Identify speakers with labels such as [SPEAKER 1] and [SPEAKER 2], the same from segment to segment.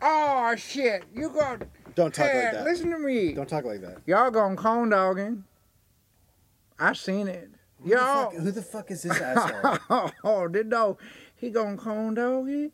[SPEAKER 1] Oh shit! You got.
[SPEAKER 2] Don't talk
[SPEAKER 1] Hey,
[SPEAKER 2] like that.
[SPEAKER 1] Listen to me.
[SPEAKER 2] Don't talk like that.
[SPEAKER 1] Y'all gone cone dogging. I seen it.
[SPEAKER 2] Who the fuck-
[SPEAKER 1] Y'all.
[SPEAKER 2] who the fuck is this asshole?
[SPEAKER 1] oh, did dog. He gone cone dogging.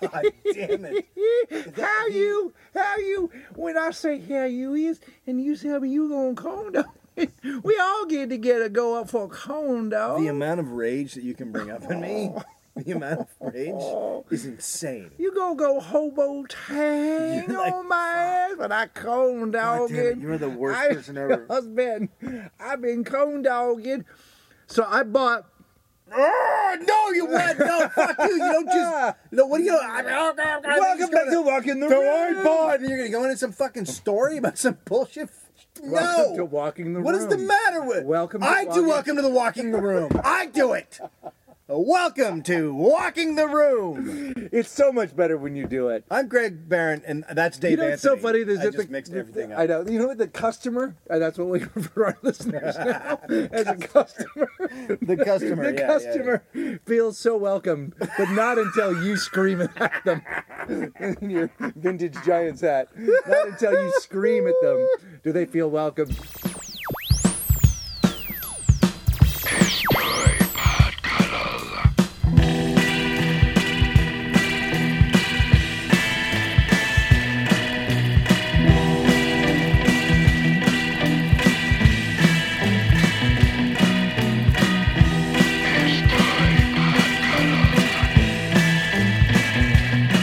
[SPEAKER 2] God damn it!
[SPEAKER 1] how you? How you? When I say how you is, and you tell me you gonna cone dog. we all get together, go up for a cone dog.
[SPEAKER 2] The amount of rage that you can bring up in me, the amount of rage is insane.
[SPEAKER 1] You gonna go hobo tang
[SPEAKER 2] You're like,
[SPEAKER 1] on my ass, but I cone
[SPEAKER 2] God damn it,
[SPEAKER 1] dogging.
[SPEAKER 2] you're the worst
[SPEAKER 1] I-
[SPEAKER 2] person ever.
[SPEAKER 1] I've been, I've been cone dogging. So I bought. Oh
[SPEAKER 2] Ah, No, you what? No, fuck you. You don't just. No, what do you? I oh, welcome back to Walk in the Room. Pod. And you're gonna go into some fucking story about some bullshit. f-
[SPEAKER 1] Welcome to
[SPEAKER 2] No.
[SPEAKER 1] walking the
[SPEAKER 2] What is
[SPEAKER 1] room.
[SPEAKER 2] the matter with?
[SPEAKER 1] Welcome to
[SPEAKER 2] I do
[SPEAKER 1] walking-
[SPEAKER 2] welcome to the walking the room. I do it. Welcome to walking the room.
[SPEAKER 1] It's so much better when you do it.
[SPEAKER 2] I'm Greg Barron, and that's Dave
[SPEAKER 1] You know what's so
[SPEAKER 2] Anthony.
[SPEAKER 1] funny is
[SPEAKER 2] I
[SPEAKER 1] that
[SPEAKER 2] just
[SPEAKER 1] the,
[SPEAKER 2] mixed everything up.
[SPEAKER 1] I know. You know what the customer? And that's what we refer to our listeners now as a customer.
[SPEAKER 2] The
[SPEAKER 1] The
[SPEAKER 2] customer. yeah, yeah, yeah.
[SPEAKER 1] customer feels so welcome, but not until you scream at them in your vintage Giants hat. Not until you scream at them do they feel welcome.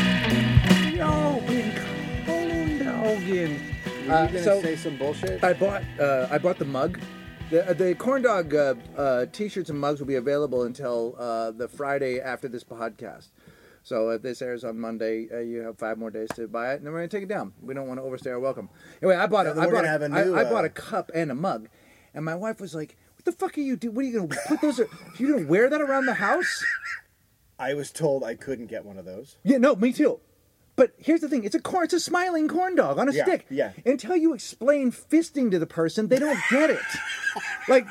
[SPEAKER 1] Yo, been cold dogging.
[SPEAKER 2] Were you
[SPEAKER 1] Uh,
[SPEAKER 2] gonna
[SPEAKER 1] so-
[SPEAKER 2] say some bullshit?
[SPEAKER 1] I bought uh, I bought the mug. The, the corn dog uh, uh, t-shirts and mugs will be available until uh, the Friday after this podcast. So if this airs on Monday, uh, you have five more days to buy it, and then we're gonna take it down. We don't want to overstay our welcome. Anyway, I bought
[SPEAKER 2] Yeah,
[SPEAKER 1] a,
[SPEAKER 2] then
[SPEAKER 1] I
[SPEAKER 2] we're
[SPEAKER 1] bought
[SPEAKER 2] gonna have a
[SPEAKER 1] I-
[SPEAKER 2] new,
[SPEAKER 1] I
[SPEAKER 2] uh,
[SPEAKER 1] bought a cup and a mug, and my wife was like, "What the fuck are you doing? What are you gonna put those? Are, you gonna wear that around the house?"
[SPEAKER 2] I was told I couldn't get one of those.
[SPEAKER 1] Yeah, no, me too. But here's the thing: it's a corn, it's a smiling corn dog on a
[SPEAKER 2] Yeah,
[SPEAKER 1] stick.
[SPEAKER 2] yeah.
[SPEAKER 1] Until you explain fisting to the person, they don't get it. like,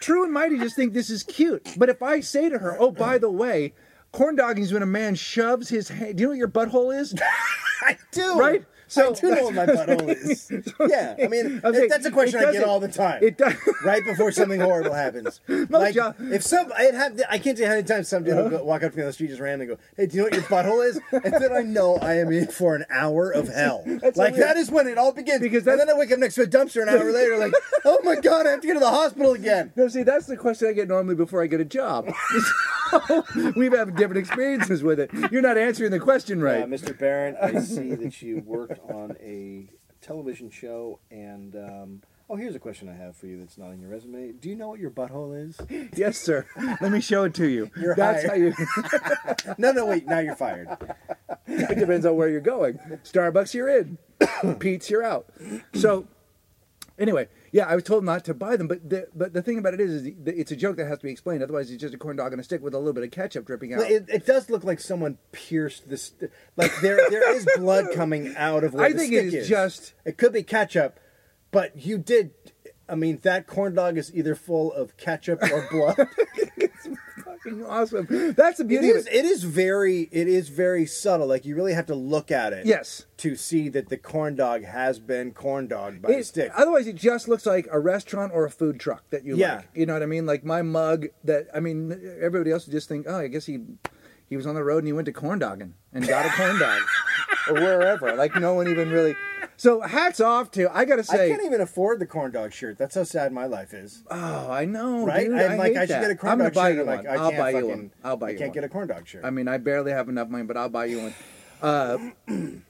[SPEAKER 1] True and Mighty just think this is cute. But if I say to her, "Oh, by the way," corn dogging is when a man shoves his hand. Do you know what your butthole is?
[SPEAKER 2] I do.
[SPEAKER 1] Right?
[SPEAKER 2] So
[SPEAKER 1] So-
[SPEAKER 2] I do know what my butthole is. Yeah. I mean,
[SPEAKER 1] I'm saying,
[SPEAKER 2] that's a question
[SPEAKER 1] it
[SPEAKER 2] I get
[SPEAKER 1] doesn't-
[SPEAKER 2] all the time.
[SPEAKER 1] it does-
[SPEAKER 2] Right before something horrible happens. like,
[SPEAKER 1] Joe-
[SPEAKER 2] if some, it hap- I can't tell you how many times some dude will go, walk up to me on the street just randomly and go, hey, do you know what your butthole is? And then I know I am in for an hour of hell. like,
[SPEAKER 1] only-
[SPEAKER 2] that is when it all begins.
[SPEAKER 1] Because
[SPEAKER 2] and
[SPEAKER 1] that's-
[SPEAKER 2] then I wake up next to a dumpster an hour later, like, oh my God, I have to get to the hospital again.
[SPEAKER 1] No, see, that's the question I get normally before I get a job. We've had different experiences with it. You're not answering the question right.
[SPEAKER 3] Uh, Mr. Barron, I see that you worked on a television show, and um, oh, here's a question I have for you that's not on your resume. Do you know what your butthole is?
[SPEAKER 1] Yes, sir. Let me show it to you.
[SPEAKER 2] You're
[SPEAKER 1] That's
[SPEAKER 2] hired.
[SPEAKER 1] how you.
[SPEAKER 2] No, no, wait, now you're fired.
[SPEAKER 1] It depends on where you're going. Starbucks, you're in. Pete's, you're out. So, anyway, yeah, I was told not to buy them, but the, but the thing about it is, is that it's a joke that has to be explained. Otherwise, it's just a corn dog on a stick with a little bit of ketchup dripping out.
[SPEAKER 2] Well, It, it does look like someone pierced this. Like there, there is blood coming out of. Where
[SPEAKER 1] I
[SPEAKER 2] the
[SPEAKER 1] think it
[SPEAKER 2] stick
[SPEAKER 1] is just-
[SPEAKER 2] It could be ketchup, but you did. I mean, that corn dog is either full of ketchup or blood.
[SPEAKER 1] Fucking awesome. That's the
[SPEAKER 2] it
[SPEAKER 1] beauty
[SPEAKER 2] is.
[SPEAKER 1] of it.
[SPEAKER 2] It is very. It is very subtle. Like you really have to look at it.
[SPEAKER 1] Yes.
[SPEAKER 2] To see that the corn dog has been corn dogged by a
[SPEAKER 1] It-
[SPEAKER 2] stick.
[SPEAKER 1] Otherwise, it just looks like a restaurant or a food truck that you
[SPEAKER 2] Yeah.
[SPEAKER 1] like. You know what I mean? Like my mug. That I mean, everybody else would just think, oh, I guess he he was on the road and he went to corn dogging and got a corn dog or wherever. Like no one even really. So hats off to. I gotta
[SPEAKER 2] I
[SPEAKER 1] say.
[SPEAKER 2] can't e- even afford the corn dog shirt. That's how sad my life is.
[SPEAKER 1] Oh, I know,
[SPEAKER 2] Right?
[SPEAKER 1] Dude,
[SPEAKER 2] I'm
[SPEAKER 1] I
[SPEAKER 2] like,
[SPEAKER 1] hate
[SPEAKER 2] I should
[SPEAKER 1] that.
[SPEAKER 2] get a corn
[SPEAKER 1] I'm
[SPEAKER 2] dog
[SPEAKER 1] gonna buy
[SPEAKER 2] shirt.
[SPEAKER 1] you
[SPEAKER 2] I'm
[SPEAKER 1] one.
[SPEAKER 2] like, I
[SPEAKER 1] I'll
[SPEAKER 2] can't
[SPEAKER 1] buy you
[SPEAKER 2] fucking-
[SPEAKER 1] one. I'll buy
[SPEAKER 2] I
[SPEAKER 1] you
[SPEAKER 2] can't
[SPEAKER 1] one.
[SPEAKER 2] get a corn dog shirt.
[SPEAKER 1] I mean, I barely have enough money, but I'll buy you one. Uh, and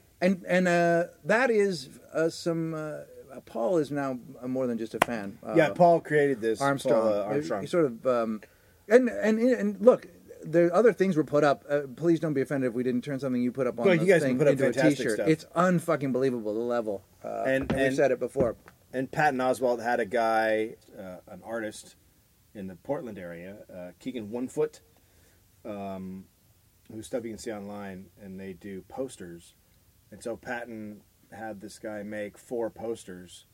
[SPEAKER 1] and uh, that is uh, some. Uh, Paul is now more than just a fan. Uh,
[SPEAKER 2] yeah, Paul created this. Paul,
[SPEAKER 1] Armstrong.
[SPEAKER 2] uh, Armstrong.
[SPEAKER 1] He sort of, um, and and and look, there other things were put up. Uh, please don't be offended if we didn't turn something you put up on
[SPEAKER 2] Well,
[SPEAKER 1] the
[SPEAKER 2] you guys
[SPEAKER 1] thing
[SPEAKER 2] put up
[SPEAKER 1] into a
[SPEAKER 2] fantastic
[SPEAKER 1] T-shirt.
[SPEAKER 2] stuff.
[SPEAKER 1] It's unfucking believable the level. Uh,
[SPEAKER 2] And-
[SPEAKER 1] we've
[SPEAKER 2] and-
[SPEAKER 1] said it before.
[SPEAKER 2] and Patton Oswald had a guy, uh, an artist in the Portland area, uh, Keegan Onefoot, um, whose stuff you can see online, and they do posters. And so Patton had this guy make four posters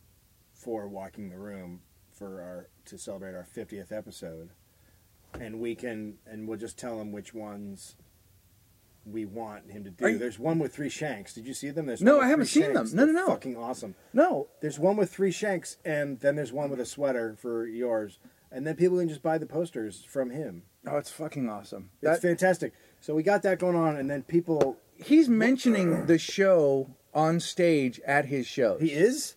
[SPEAKER 2] for Walking the Room for our to celebrate our 50th episode, and we can and we'll just tell them which ones we want him to do.
[SPEAKER 1] Are you-
[SPEAKER 2] There's one with three shanks. Did you see them? There's
[SPEAKER 1] No,
[SPEAKER 2] one with
[SPEAKER 1] I haven't
[SPEAKER 2] three
[SPEAKER 1] seen them.
[SPEAKER 2] shanks.
[SPEAKER 1] No, no,
[SPEAKER 2] They're
[SPEAKER 1] no.
[SPEAKER 2] Fucking awesome.
[SPEAKER 1] No,
[SPEAKER 2] There's one with three shanks, and then there's one with a sweater for yours, and then people can just buy the posters from him.
[SPEAKER 1] oh, it's fucking awesome.
[SPEAKER 2] That's
[SPEAKER 1] That-
[SPEAKER 2] fantastic. So we got that going on, and then people.
[SPEAKER 1] he's mentioning the show on stage at his shows.
[SPEAKER 2] He is.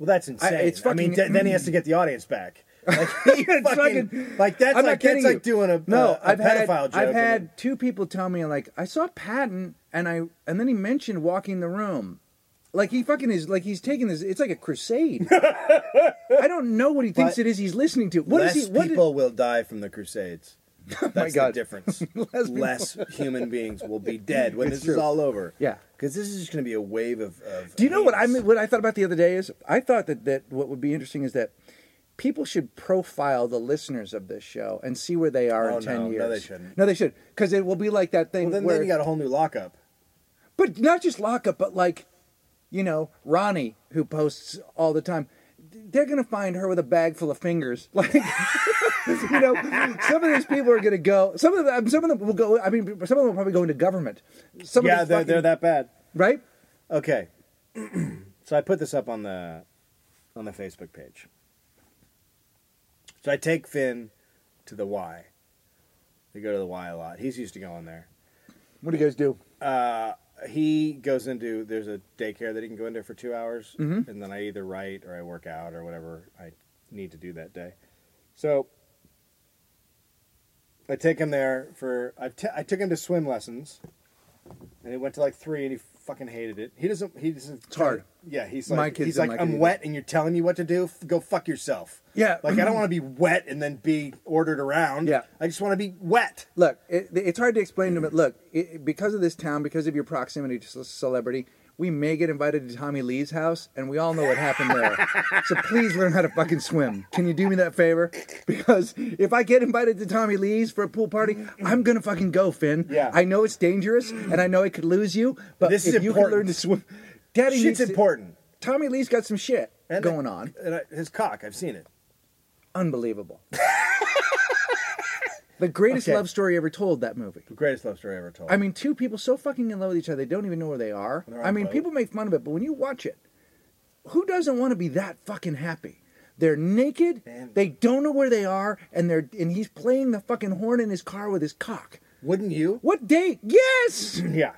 [SPEAKER 2] Well, that's insane. I,
[SPEAKER 1] it's
[SPEAKER 2] mean,
[SPEAKER 1] fucking-
[SPEAKER 2] th- then he has to get the audience back. Like, he
[SPEAKER 1] It's
[SPEAKER 2] fucking,
[SPEAKER 1] fucking-
[SPEAKER 2] like that's
[SPEAKER 1] I'm not
[SPEAKER 2] like that's
[SPEAKER 1] kidding you.
[SPEAKER 2] like doing a uh,
[SPEAKER 1] no.
[SPEAKER 2] a, a
[SPEAKER 1] I've had
[SPEAKER 2] pedophile joke.
[SPEAKER 1] I've
[SPEAKER 2] and
[SPEAKER 1] had two people tell me like I saw Patton and I and then he mentioned walking the room, like he fucking is like he's taking this. It's like a crusade. I don't know what he thinks
[SPEAKER 2] But
[SPEAKER 1] it is he's listening to. What is
[SPEAKER 2] less
[SPEAKER 1] he? What did- Oh
[SPEAKER 2] people will die from the Crusades. That's
[SPEAKER 1] God.
[SPEAKER 2] the difference.
[SPEAKER 1] Less
[SPEAKER 2] less
[SPEAKER 1] people-
[SPEAKER 2] human beings will be dead when this is all over.
[SPEAKER 1] Yeah.
[SPEAKER 2] because this is just going to be a wave of. of
[SPEAKER 1] Do you know what I
[SPEAKER 2] hate.
[SPEAKER 1] mean, what I thought about the other day is I thought that that what would be interesting is that people should profile the listeners of this show and see where they are
[SPEAKER 2] Oh,
[SPEAKER 1] in ten
[SPEAKER 2] no. No,
[SPEAKER 1] years.
[SPEAKER 2] they shouldn't.
[SPEAKER 1] No, they should because it will be like that thing
[SPEAKER 2] Well, then,
[SPEAKER 1] where
[SPEAKER 2] then you got a whole new lockup.
[SPEAKER 1] but not just lockup, but like you know Ronnie who posts all the time. They're gonna find her with a bag full of fingers. Like you know, some of these people are gonna go. Some of them, some of them will go. I mean, some of them will probably go into government. Some
[SPEAKER 2] yeah,
[SPEAKER 1] of
[SPEAKER 2] they're,
[SPEAKER 1] fucking-
[SPEAKER 2] they're that bad.
[SPEAKER 1] right.
[SPEAKER 2] Okay, so I put this up on the on the Facebook page. So I take Finn to the Y. They go to the Y a lot. He's used to going there.
[SPEAKER 1] What do you guys do?
[SPEAKER 2] uh, he goes into there's a daycare that he can go into for two hours,
[SPEAKER 1] Mm-hmm.
[SPEAKER 2] and then I either write or I work out or whatever I need to do that day. So I take him there for I, t- I took him to swim lessons, and he went to like three, and he fucking hated it. He doesn't. He doesn't.
[SPEAKER 1] It's hard.
[SPEAKER 2] Yeah, he's
[SPEAKER 1] My
[SPEAKER 2] like
[SPEAKER 1] kids
[SPEAKER 2] he's
[SPEAKER 1] didn't
[SPEAKER 2] like,
[SPEAKER 1] like it
[SPEAKER 2] I'm
[SPEAKER 1] either."
[SPEAKER 2] wet, and you're telling me what to do. F- go fuck yourself.
[SPEAKER 1] Yeah.
[SPEAKER 2] Like I don't want to be wet and then be ordered around.
[SPEAKER 1] Yeah.
[SPEAKER 2] I just want to be wet.
[SPEAKER 1] look, it, it's hard to explain to them. Look, it, because of this town, because of your proximity to ce- celebrity, we may get invited to Tommy Lee's house, and we all know what happened there. so please learn how to fucking swim. Can you do me that favor? Because if I get invited to Tommy Lee's for a pool party, I'm gonna fucking go, Finn.
[SPEAKER 2] Yeah.
[SPEAKER 1] I know it's dangerous, and I know it could lose you, but
[SPEAKER 2] This
[SPEAKER 1] if
[SPEAKER 2] is
[SPEAKER 1] you can learn to
[SPEAKER 2] important.
[SPEAKER 1] swim, Daddy
[SPEAKER 2] Shit's
[SPEAKER 1] needs to-
[SPEAKER 2] important.
[SPEAKER 1] Tommy Lee's got some shit
[SPEAKER 2] And-
[SPEAKER 1] going on.
[SPEAKER 2] And I, his cock, I've seen it.
[SPEAKER 1] Unbelievable. the greatest
[SPEAKER 2] Okay.
[SPEAKER 1] love story ever told. That movie.
[SPEAKER 2] The greatest love story ever told.
[SPEAKER 1] I mean, two people so fucking in love with each other they don't even know where they are.
[SPEAKER 2] They're on
[SPEAKER 1] I mean,
[SPEAKER 2] boat.
[SPEAKER 1] people make fun of it, but when you watch it, who doesn't want to be that fucking happy? They're naked,
[SPEAKER 2] Man.
[SPEAKER 1] they don't know where they are, and they're and he's playing the fucking horn in his car with his cock.
[SPEAKER 2] wouldn't you?
[SPEAKER 1] What date? Yes,
[SPEAKER 2] Yeah.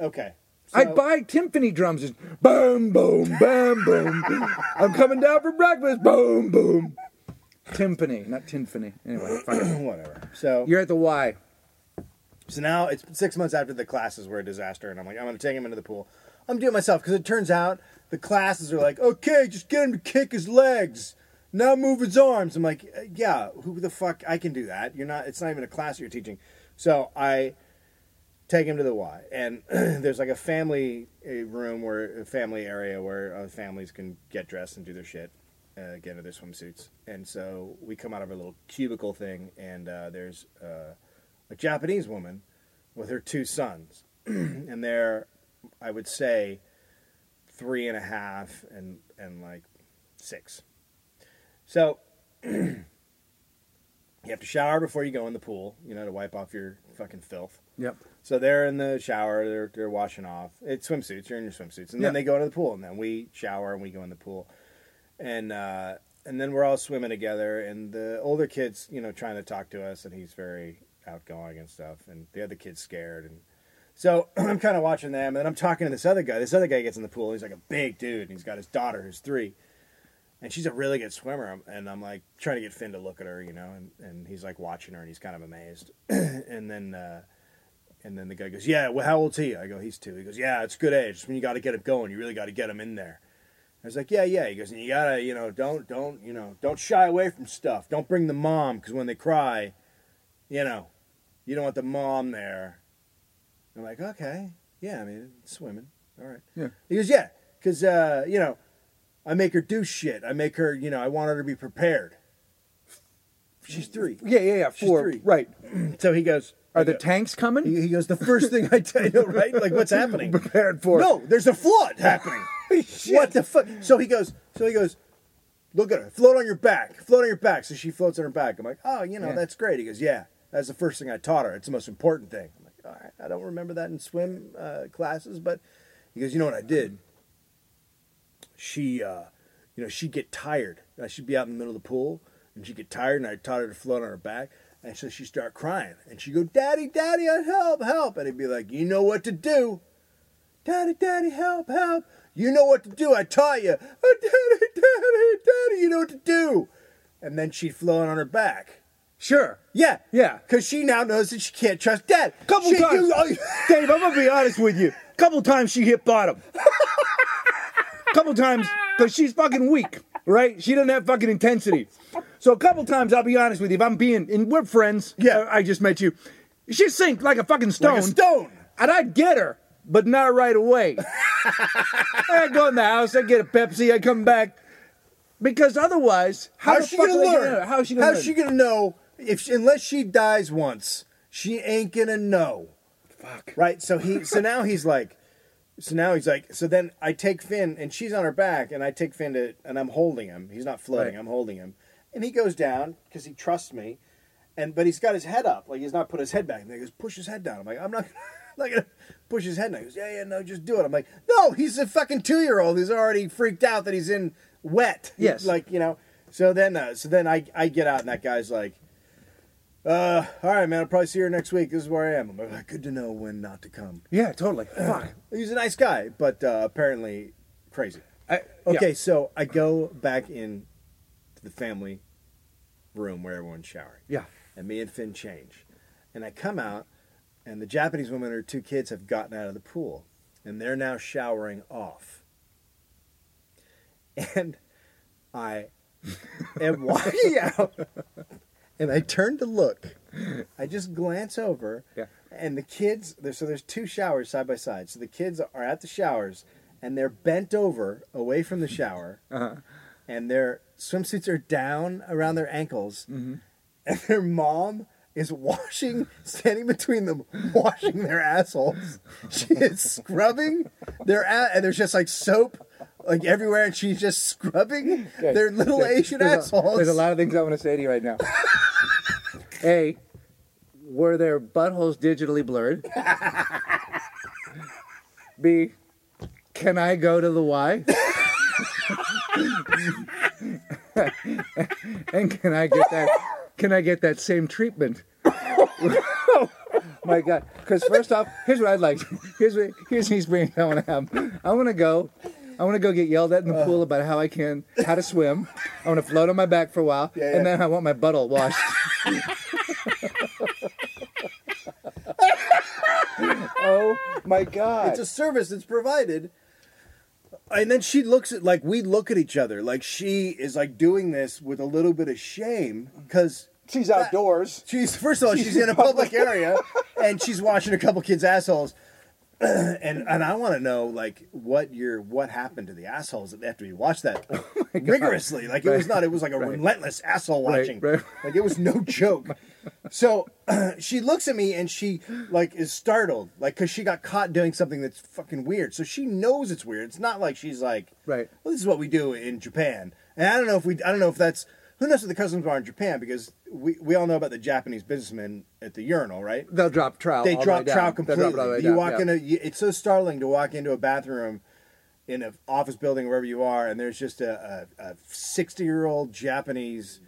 [SPEAKER 2] Okay.
[SPEAKER 1] I'd buy timpani drums. And boom, boom, boom, boom. I'm coming down for breakfast. Boom, boom. Timpani, not timpani. Anyway, fine.
[SPEAKER 2] whatever. So
[SPEAKER 1] you're at the Y.
[SPEAKER 2] so now it's six months after the classes were a disaster, and I'm like, I'm gonna take him into the pool. I'm doing it myself because it turns out the classes are like, okay, just get him to kick his legs. Now move his arms. I'm like, "Uh, yeah, who the fuck? I can do that. You're not. It's not even a class you're teaching. So I take him to the Y, and there's like a family a room where a family area where uh, families can get dressed and do their shit, uh, get into their swimsuits. And so we come out of our little cubicle thing, and uh, there's uh, a Japanese woman with her two sons, and they're, I would say, three and a half and and like six. So you have to shower before you go in the pool, you know, to wipe off your fucking filth.
[SPEAKER 1] Yep.
[SPEAKER 2] So they're in the shower, they're, they're washing off. It's swimsuits, you're in your swimsuits. And
[SPEAKER 1] Yeah.
[SPEAKER 2] then they go into the pool, and then we shower and we go in the pool. And uh, and then we're all swimming together, and the older kid's, you know, trying to talk to us, and he's very outgoing and stuff. And the other kid's scared. And so I'm kind of watching them, and then I'm talking to this other guy. This other guy gets in the pool, he's like a big dude, and he's got his daughter who's three and she's a really good swimmer I'm- and i'm like trying to get finn to look at her you know and, and he's like watching her and he's kind of amazed and then uh, and then the guy goes yeah well how old's he i go he's two he goes yeah it's good age it's when you got to get him going you really got to get him in there i was like yeah yeah he goes and you gotta you know don't don't you know don't shy away from stuff don't bring the mom because when they cry you know you don't want the mom there i'm like okay yeah i mean it's swimming all right
[SPEAKER 1] Yeah.
[SPEAKER 2] he goes yeah because uh, you know I make her do shit. I make her, you know, I want her to be prepared. She's three.
[SPEAKER 1] Yeah, yeah, yeah.
[SPEAKER 2] She's
[SPEAKER 1] Four.
[SPEAKER 2] three.
[SPEAKER 1] Right.
[SPEAKER 2] So he goes,
[SPEAKER 1] Are the tanks coming?
[SPEAKER 2] he he goes, the first thing I tell you, right? Like, what's happening?
[SPEAKER 1] Prepared for it.
[SPEAKER 2] No, there's a flood happening. What the fuck? So he goes, so he goes, look at her, float on your back, float on your back. So she floats on her back. I'm like, oh, you know,
[SPEAKER 1] Yeah.
[SPEAKER 2] that's great. He goes, yeah, that's the first thing I taught her. It's the most important thing. I'm like, all right, I don't remember that in swim uh, classes, but he goes, you know what I did? She, uh, you know, she'd get tired. Uh, She'd be out in the middle of the pool, and she'd get tired, and I taught her to float on her back. And so she'd start crying, and she'd go, Daddy, Daddy, I help, help. And he'd be like, You know what to do. Daddy, Daddy, help, help. You know what to do. I taught you. Oh, daddy, Daddy, Daddy, you know what to do. And then she'd float on her back.
[SPEAKER 1] Sure.
[SPEAKER 2] Yeah.
[SPEAKER 1] Yeah.
[SPEAKER 2] Because she now knows that she can't trust dad.
[SPEAKER 1] Couple
[SPEAKER 2] She-
[SPEAKER 1] times,
[SPEAKER 2] you- oh,
[SPEAKER 1] Dave. I'm gonna be honest with you. Couple times she hit bottom. couple times because she's fucking weak, right? She doesn't have fucking intensity. So a couple times, I'll be honest with you. If I'm being, and we're friends.
[SPEAKER 2] Yeah.
[SPEAKER 1] I, I just met you. She sank like a fucking stone.
[SPEAKER 2] Like a stone.
[SPEAKER 1] And I'd get her, but not right away. I'd go in the house. I'd get a Pepsi. I'd come back. Because otherwise, how
[SPEAKER 2] How's
[SPEAKER 1] the
[SPEAKER 2] she
[SPEAKER 1] fuck
[SPEAKER 2] gonna
[SPEAKER 1] are they
[SPEAKER 2] learn?
[SPEAKER 1] How's she gonna learn?
[SPEAKER 2] gonna know if she, unless she dies once, she ain't gonna know.
[SPEAKER 1] Fuck.
[SPEAKER 2] Right? So he so now he's like so now he's like so then I take Finn and she's on her back and I take Finn to and I'm holding him. He's not floating,
[SPEAKER 1] Right.
[SPEAKER 2] I'm holding him. And he goes down because he trusts me. And but he's got his head up, like he's not put his head back. And he goes, push his head down. I'm like, I'm not I'm not gonna push his head down. He goes, Yeah, yeah, no, just do it. I'm like, No, he's a fucking two year old who's already freaked out that he's in wet. He-
[SPEAKER 1] Yes.
[SPEAKER 2] Like, you know. So then uh, so then I I get out and that guy's like uh, all right, man. I'll probably see her next week. This is where I am. I'm like, good to know when not to come.
[SPEAKER 1] Yeah, totally. Fuck.
[SPEAKER 2] He's a nice guy, but uh, apparently crazy.
[SPEAKER 1] I,
[SPEAKER 2] Okay,
[SPEAKER 1] yeah.
[SPEAKER 2] so I go back in to the family room where everyone's showering.
[SPEAKER 1] Yeah.
[SPEAKER 2] And me and Finn change. And I come out, and the Japanese woman and her two kids have gotten out of the pool, and they're now showering off. And I am walking out, and I turn to look. I just glance over,
[SPEAKER 1] Yeah.
[SPEAKER 2] and the kids, there, so there's two showers side by side. So the kids are at the showers, and they're bent over away from the shower, and their swimsuits are down around their ankles and their mom is washing, standing between them, washing their assholes. She is scrubbing their ass, and there's just like soap like everywhere, and she's just scrubbing their little Asian
[SPEAKER 1] there's
[SPEAKER 2] assholes.
[SPEAKER 1] A, there's a lot of things I want to say to you right now. a, were their buttholes digitally blurred? B, can I go to the Y? and can I get that? Can I get that same treatment? My God! Because first off, here's what I'd like. Here's what here's these brains I want to have. I want to go. I want to go get yelled at in
[SPEAKER 2] Uh.
[SPEAKER 1] the pool about how I can how to swim. I want to float on my back for a while,
[SPEAKER 2] Yeah, yeah.
[SPEAKER 1] and then I want my butthole washed. oh my God!
[SPEAKER 2] It's a service that's provided. And then she looks at like we look at each other, like she is like doing this with a little bit of shame because
[SPEAKER 1] She's outdoors.
[SPEAKER 2] She's first of all, she's in a public area, and she's watching a couple kids' assholes. and and I want to know like what your what happened to the assholes that they have to be watched that rigorously. Like it was not. It was like a relentless asshole
[SPEAKER 1] Right,
[SPEAKER 2] watching.
[SPEAKER 1] right.
[SPEAKER 2] Like it was no joke. So she looks at me and she like is startled, like because she got caught doing something that's fucking weird. So she knows it's weird. It's not like she's like
[SPEAKER 1] Right.
[SPEAKER 2] well, this is what we do in Japan. And I don't know if we, I don't know if that's, who knows what the customs are in Japan because we, we all know about the Japanese businessmen at the urinal, right?
[SPEAKER 1] They'll drop trout.
[SPEAKER 2] They
[SPEAKER 1] all the
[SPEAKER 2] drop
[SPEAKER 1] way
[SPEAKER 2] trout
[SPEAKER 1] down. They'll
[SPEAKER 2] completely.
[SPEAKER 1] drop it all the way
[SPEAKER 2] you
[SPEAKER 1] down,
[SPEAKER 2] walk
[SPEAKER 1] yeah.
[SPEAKER 2] in a, you, it's so startling to walk into a bathroom in an office building, wherever you are, and there's just a, a, a 60 year old Japanese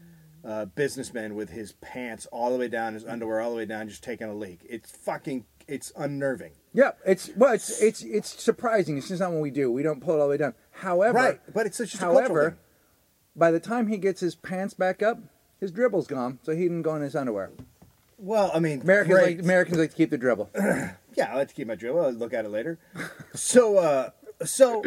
[SPEAKER 2] uh, businessman with his pants all the way down, his underwear all the way down, just taking a leak. It's fucking, it's unnerving.
[SPEAKER 1] Yeah, it's well, it's it's it's surprising. It's just not what we do. We don't pull it all the way down. However,
[SPEAKER 2] Right, but it's just a cultural
[SPEAKER 1] however,
[SPEAKER 2] thing.
[SPEAKER 1] by the time he gets his pants back up, his dribble's gone, so he didn't go in his underwear.
[SPEAKER 2] Well, I mean,
[SPEAKER 1] Americans
[SPEAKER 2] great.
[SPEAKER 1] like Americans like to keep the dribble.
[SPEAKER 2] yeah, I like to keep my drill. I'll look at it later. so, uh, so,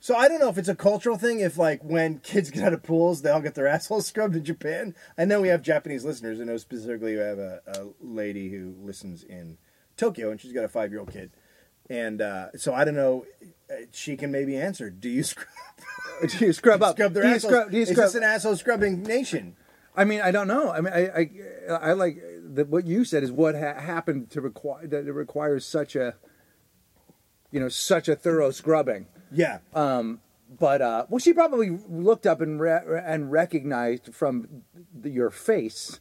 [SPEAKER 2] so I don't know if it's a cultural thing. If like when kids get out of pools, they all get their assholes scrubbed in Japan. I know we have Japanese listeners. I know specifically we have a, a lady who listens in Tokyo, and she's got a five year old kid. And uh, so I don't know. uh, She can maybe answer. Do you scrub,
[SPEAKER 1] do you scrub up?
[SPEAKER 2] scrub their
[SPEAKER 1] do you
[SPEAKER 2] assholes?
[SPEAKER 1] scrub? Do you
[SPEAKER 2] Is
[SPEAKER 1] scrub?
[SPEAKER 2] this an asshole scrubbing nation?
[SPEAKER 1] I mean, I don't know. I mean, I I, I like the, what you said is what ha- happened to require that it requires such a, you know, such a thorough scrubbing.
[SPEAKER 2] Yeah.
[SPEAKER 1] Um, But uh, well, she probably looked up and re- and recognized from th- your face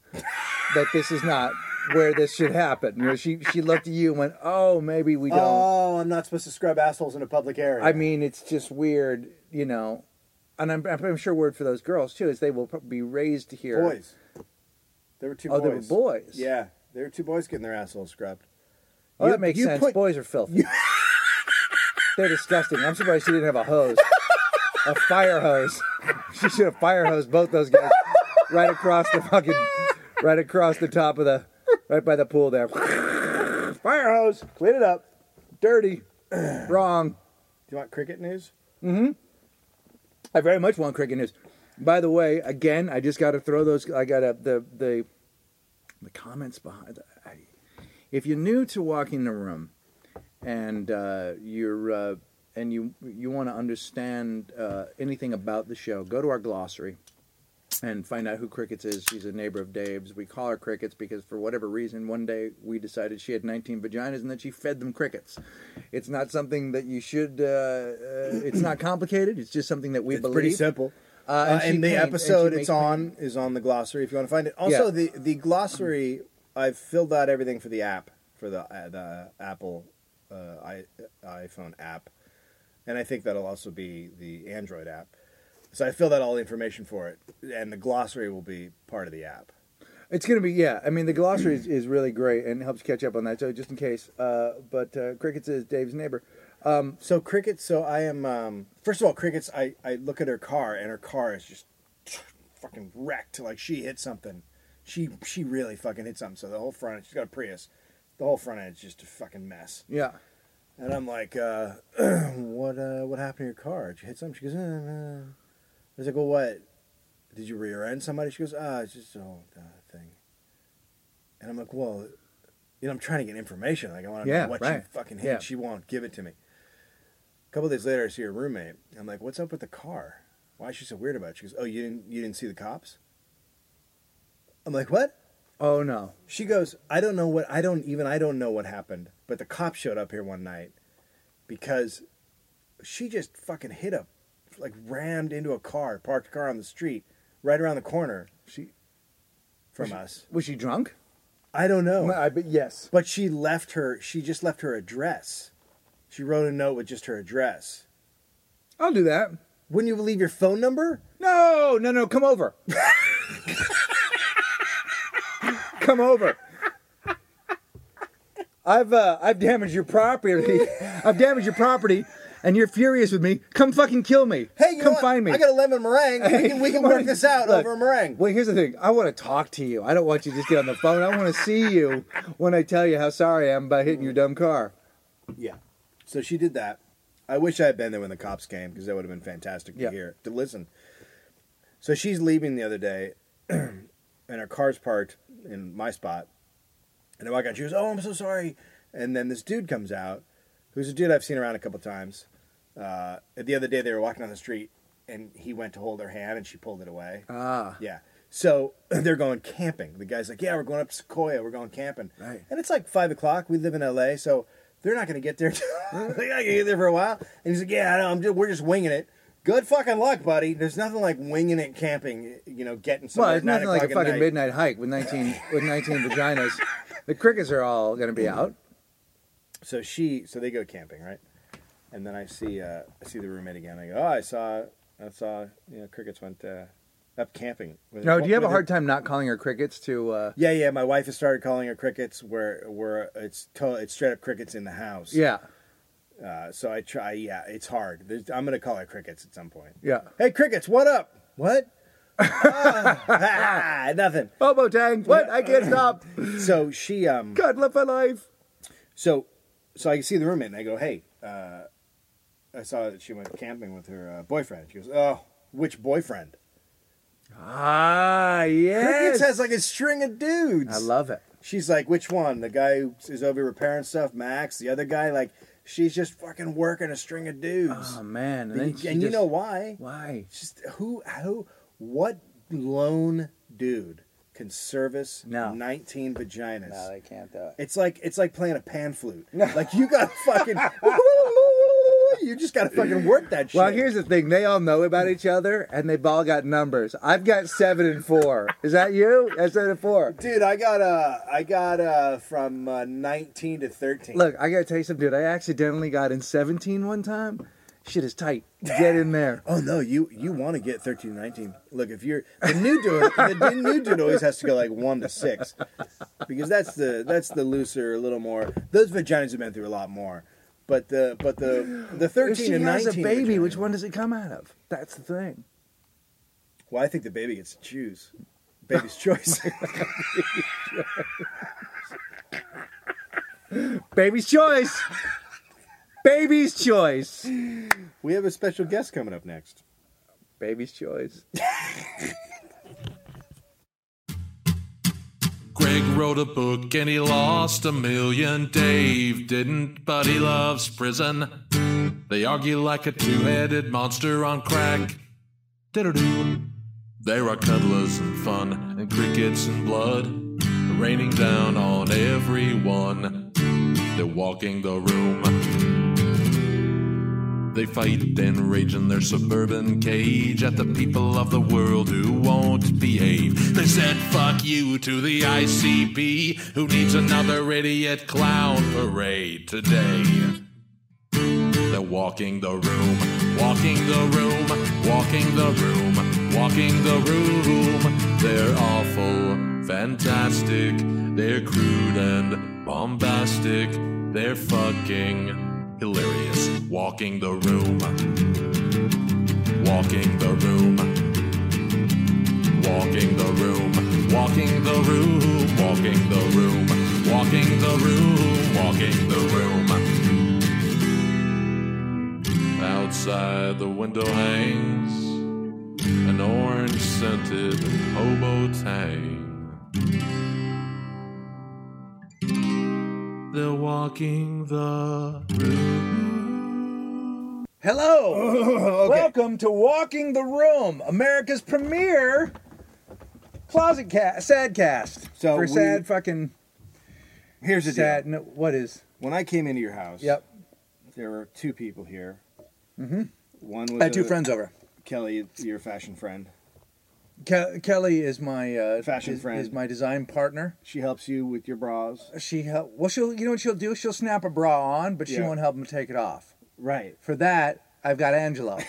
[SPEAKER 1] that this is not where this should happen. You know, she she looked at you and went, "Oh, maybe we don't."
[SPEAKER 2] Oh, I'm not supposed to scrub assholes in a public area.
[SPEAKER 1] I mean, it's just weird, you know. And I'm, I'm sure word for those girls too is they will prob- be raised here.
[SPEAKER 2] boys. There were two
[SPEAKER 1] Oh,
[SPEAKER 2] boys.
[SPEAKER 1] they were boys.
[SPEAKER 2] Yeah, there were two boys getting their assholes scrubbed.
[SPEAKER 1] Oh,
[SPEAKER 2] You-
[SPEAKER 1] that makes
[SPEAKER 2] you
[SPEAKER 1] sense.
[SPEAKER 2] put-
[SPEAKER 1] Boys are filthy. They're disgusting. I'm surprised she didn't have a hose, a fire hose. She should have fire hosed both those guys right across the fucking, right across the top of the, right by the pool there. Fire hose, clean it up. Dirty, wrong.
[SPEAKER 2] Do you want cricket news?
[SPEAKER 1] I very much want cricket news. By the way, again, I just got to throw those. I got to the the the comments behind. I, if you're new to walking the room, and uh, you're uh, and you you want to understand uh, anything about the show, go to our glossary and find out who Crickets is. She's a neighbor of Dave's. We call her Crickets because for whatever reason, one day we decided she had 19 vaginas and that she fed them crickets. It's not something that you should. Uh, uh, it's not complicated. It's just something that we
[SPEAKER 2] it's
[SPEAKER 1] believe.
[SPEAKER 2] pretty simple.
[SPEAKER 1] Uh,
[SPEAKER 2] Uh,
[SPEAKER 1] and
[SPEAKER 2] and
[SPEAKER 1] she
[SPEAKER 2] the
[SPEAKER 1] paints, and
[SPEAKER 2] episode
[SPEAKER 1] she
[SPEAKER 2] it's
[SPEAKER 1] makes
[SPEAKER 2] on is on the glossary if you want to find it. Also,
[SPEAKER 1] Yeah.
[SPEAKER 2] the the glossary I've filled out everything for the app for the uh, the Apple uh, i iPhone app, and I think that'll also be the Android app. So I filled out all the information for it, and the glossary will be part of the app.
[SPEAKER 1] It's gonna be yeah. I mean, the glossary is, is really great and helps catch up on that. So just in case, uh, but uh, crickets is Dave's neighbor.
[SPEAKER 2] So crickets. So I am. Um, first of all, crickets. I I look at her car, and her car is just fucking wrecked. Like she hit something. She she really fucking hit something. So the whole front. She's got a Prius. The whole front end is just a fucking mess.
[SPEAKER 1] Yeah,
[SPEAKER 2] And I'm like, uh, what uh, what happened to your car? Did you hit something? She goes, uh, no. I was like, well, what? Did you rear end somebody? She goes, ah, it's just a whole uh, thing. And I'm like, well, you know, I'm trying to get information. Like, I want to
[SPEAKER 1] Yeah,
[SPEAKER 2] know what
[SPEAKER 1] right.
[SPEAKER 2] she fucking hit.
[SPEAKER 1] Yeah.
[SPEAKER 2] She won't give it to me. A couple days later, I see her roommate. I'm like, what's up with the car? Why is she so weird about it? She goes, oh, you didn't you didn't see the cops? I'm like, what?
[SPEAKER 1] Oh no.
[SPEAKER 2] She goes, I don't know what I don't even I don't know what happened, but the cops showed up here one night because she just fucking hit a like rammed into a car, parked car on the street right around the corner
[SPEAKER 1] She
[SPEAKER 2] from us.
[SPEAKER 1] was she drunk?
[SPEAKER 2] I don't know.
[SPEAKER 1] I bet yes.
[SPEAKER 2] But she left her she just left her address. She wrote a note with just her address.
[SPEAKER 1] I'll do that.
[SPEAKER 2] Wouldn't you leave your phone number?
[SPEAKER 1] No, no, no. Come over. come over. I've uh, I've damaged your property. I've damaged your property, and you're furious with me. Come fucking kill me.
[SPEAKER 2] Hey, you know
[SPEAKER 1] come
[SPEAKER 2] what?
[SPEAKER 1] find me.
[SPEAKER 2] I got a lemon meringue. we can, we can work this out
[SPEAKER 1] Look,
[SPEAKER 2] over a meringue.
[SPEAKER 1] Well, here's the thing. I want to talk to you. I don't want you to just get on the phone. I want to see you when I tell you how sorry I am about hitting your dumb car.
[SPEAKER 2] Yeah. So she did that. I wish I had been there when the cops came because that would have been fantastic to
[SPEAKER 1] Yeah.
[SPEAKER 2] hear, to listen. So she's leaving the other day, and her car's parked in my spot. And I walk out, she goes, Oh, I'm so sorry. And then this dude comes out, who's a dude I've seen around a couple times. Uh, the other day, they were walking down the street, and he went to hold her hand, and she pulled it away.
[SPEAKER 1] Ah.
[SPEAKER 2] Yeah. So they're going camping. The guy's like, "Yeah, we're going up to Sequoia. We're going camping."
[SPEAKER 1] Right.
[SPEAKER 2] And it's like five o'clock. We live in L.A., so they're not going to get there. till- they're not going to get there for a while. And he's like, "Yeah, I know. I'm just, we're just winging it." Good fucking luck, buddy. There's nothing like winging it camping. You know, getting somewhere
[SPEAKER 1] Well,
[SPEAKER 2] at
[SPEAKER 1] it's
[SPEAKER 2] nine
[SPEAKER 1] nothing like a
[SPEAKER 2] o'clock at
[SPEAKER 1] fucking
[SPEAKER 2] night.
[SPEAKER 1] midnight hike with 19 with 19 vaginas. The crickets are all going to be out.
[SPEAKER 2] So she, so they go camping, right? And then I see, uh, I see the roommate again. I go, "Oh, I saw, I saw. You know, crickets went uh, up camping." with-
[SPEAKER 1] No, do you have a
[SPEAKER 2] with-
[SPEAKER 1] hard time not calling her crickets to uh
[SPEAKER 2] Yeah, yeah. My wife has started calling her crickets. Where where it's to, it's straight up crickets in the house.
[SPEAKER 1] Yeah.
[SPEAKER 2] Uh, so I try. Yeah, it's hard. There's, I'm gonna call her crickets at some point.
[SPEAKER 1] Yeah.
[SPEAKER 2] Hey, crickets, what up? What? Ah, nothing.
[SPEAKER 1] Bobo Tang, what? I can't stop.
[SPEAKER 2] So she um.
[SPEAKER 1] God love my life.
[SPEAKER 2] So, so I see the roommate and I go, hey, uh, I saw that she went camping with her uh, boyfriend. She goes, oh, which boyfriend?
[SPEAKER 1] Ah, yes.
[SPEAKER 2] Crickets has like a string of dudes.
[SPEAKER 1] I love it.
[SPEAKER 2] She's like, which one? The guy who is over repairing stuff, Max. The other guy, like, she's just fucking working a string of dudes.
[SPEAKER 1] Oh man.
[SPEAKER 2] and
[SPEAKER 1] then
[SPEAKER 2] you,
[SPEAKER 1] she
[SPEAKER 2] and you
[SPEAKER 1] just-
[SPEAKER 2] know why?
[SPEAKER 1] why?
[SPEAKER 2] It's Just who, who, what lone dude can service
[SPEAKER 1] No.
[SPEAKER 2] 19 vaginas?
[SPEAKER 1] can't do
[SPEAKER 2] It's like it's like playing a pan flute. Like you got fucking
[SPEAKER 3] you just gotta fucking work that shit.
[SPEAKER 1] Well, here's the thing. They all know about each other, and they've all got numbers. I've got seven and four. Is that you? I said and four.
[SPEAKER 3] dude, I got uh, I got uh, from uh, nineteen to thirteen.
[SPEAKER 1] Look, I gotta tell you something, dude. I accidentally got in 17 one time. Shit is tight. Get in there.
[SPEAKER 2] Oh no, you you want to get 13 19. Look, if you're the new dude, the, the new dude always has to go like 1 to 6 because that's the that's the looser, a little more. Those vaginas have been through a lot more. But the but the the
[SPEAKER 1] If
[SPEAKER 2] 13
[SPEAKER 1] she
[SPEAKER 2] and
[SPEAKER 1] has
[SPEAKER 2] 19
[SPEAKER 1] a baby,
[SPEAKER 2] vagina-
[SPEAKER 1] which one does it come out of? That's the thing.
[SPEAKER 2] Well, I think the baby gets to choose. Baby's choice.
[SPEAKER 1] Baby's choice. Baby's choice.
[SPEAKER 2] we have a special guest coming up next.
[SPEAKER 1] Baby's choice.
[SPEAKER 4] Greg wrote a book and he lost a million. Dave didn't, but he loves prison. They argue like a two headed monster on crack. Diddle-doo. There are cuddlers and fun and crickets and blood raining down on everyone. They're walking the room. They fight and rage in their suburban cage at the people of the world who won't behave. They said, fuck you to the ICP, who needs another idiot clown parade today. They're walking the room, walking the room, walking the room, walking the room. They're awful, fantastic, they're crude and bombastic, they're fucking hilarious. Walking the room, walking the room. Walking the room, walking the room, walking the room, walking the room, walking the room. Outside the window hangs an orange scented hobo tang. They're walking the
[SPEAKER 1] Hello. Welcome to Walking the Room, America's premier closet cast, sad cast
[SPEAKER 2] So
[SPEAKER 1] for
[SPEAKER 2] we-
[SPEAKER 1] sad fucking
[SPEAKER 2] Here's the
[SPEAKER 1] sad.
[SPEAKER 2] deal.
[SPEAKER 1] No, what is?
[SPEAKER 2] When I came into your house,
[SPEAKER 1] Yep.
[SPEAKER 2] there were two people here. Mm-hmm. One was
[SPEAKER 1] I had two
[SPEAKER 2] a-
[SPEAKER 1] friends over.
[SPEAKER 2] Kelly, your fashion friend.
[SPEAKER 1] Ke- Kelly is my uh,
[SPEAKER 2] Fashion
[SPEAKER 1] is,
[SPEAKER 2] friend.
[SPEAKER 1] is my design partnel.
[SPEAKER 2] She helps you with your bras.
[SPEAKER 1] She help. Well, she'll you know what she'll do? She'll snap a bra on, but she
[SPEAKER 2] Yeah.
[SPEAKER 1] won't help him take it off.
[SPEAKER 2] Right.
[SPEAKER 1] For that, I've got Angelo,